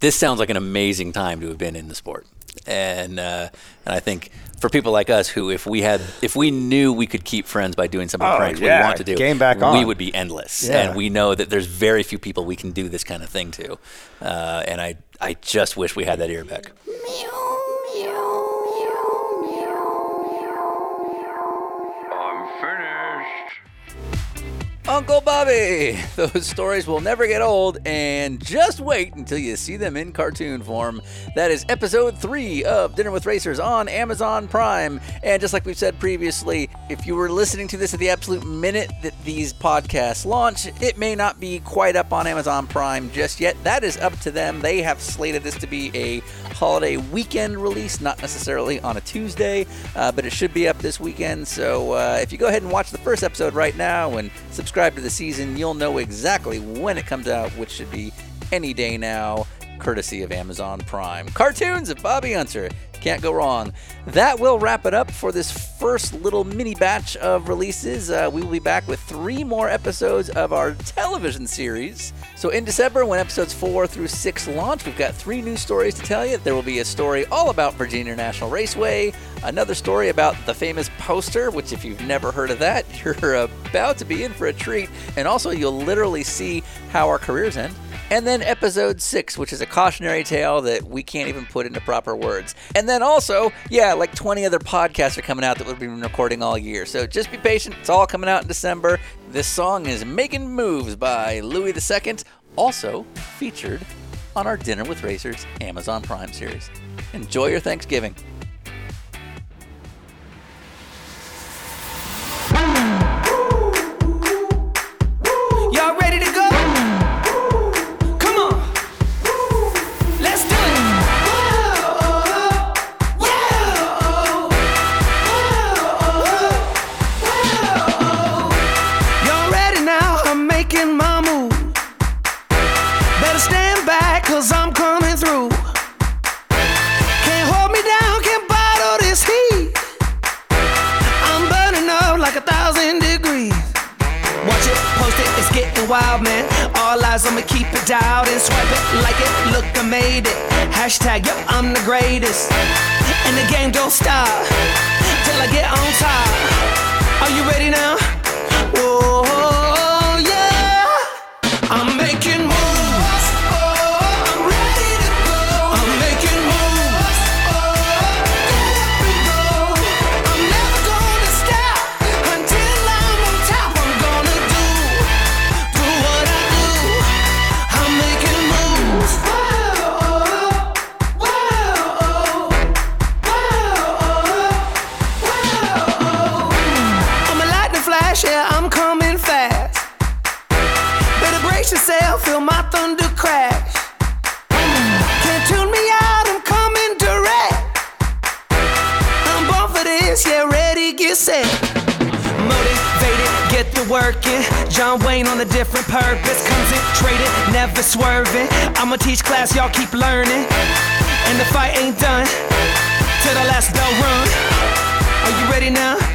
S2: this sounds like an amazing time to have been in the sport. And uh, and I think for people like us who if we had if we knew we could keep friends by doing some of the
S5: Oh,
S2: pranks we
S5: yeah,
S2: want to do
S5: game back
S2: we
S5: on.
S2: would be endless.
S5: Yeah.
S2: And we know that there's very few people we can do this kind of thing to. Uh, and I I just wish we had that ear back.
S3: I'm finished.
S2: Uncle Bobby. Those stories will never get old, and just wait until you see them in cartoon form. That is episode three of Dinner with Racers on Amazon Prime. And just like we've said previously, if you were listening to this at the absolute minute that these podcasts launch, it may not be quite up on Amazon Prime just yet. That is up to them. They have slated this to be a holiday weekend release, not necessarily on a Tuesday, uh, but it should be up this weekend. So uh, if you go ahead and watch the first episode right now and subscribe to the season, you'll know exactly when it comes out, which should be any day now, courtesy of Amazon Prime. Cartoons of Bobby Unser. Can't go wrong. That will wrap it up for this first little mini batch of releases. Uh, we will be back with three more episodes of our television series. So, in December, when episodes four through six launch, we've got three new stories to tell you. There will be a story all about Virginia National Raceway, another story about the famous poster, which, if you've never heard of that, you're about to be in for a treat. And also, you'll literally see how our careers end And then episode six, which is a cautionary tale that we can't even put into proper words. And then also, yeah, like 20 other podcasts are coming out that we've been recording all year. So just be patient. It's all coming out in December. This song is Making Moves by Louis II, also featured on our Dinner with Racers Amazon Prime series. Enjoy your Thanksgiving.
S7: Y'all ready to go? Come on. Let's do it. Y'all ready now? I'm making my move. Better stand back, cause I'm coming through. Can't hold me down, can't bottle this heat. I'm burning up like a thousand degrees. Watch it, post it, it's getting wild, man. All eyes on me, keep it dialed and swipe it, like it. Look, I made it. Hashtag, yep, I'm the greatest. And the game don't stop till I get on top. Are you ready now? Whoa, yeah. I'm making moves. I'm ready to go. I'm making moves. I'm never gonna stop until I'm on top. I'm gonna do, do what I do. I'm making moves. I'm a lightning flash, yeah, I'm coming fast. Better brace yourself, feel my thunder crash. Can't tune me out, I'm coming direct. I'm born for this, yeah, ready, get set. Motivated, get the working. John Wayne on a different purpose. Concentrated, never swerving. I'ma teach class, y'all keep learning. And the fight ain't done till the last bell rung. Are you ready now? Oh, Oh, Oh, oh,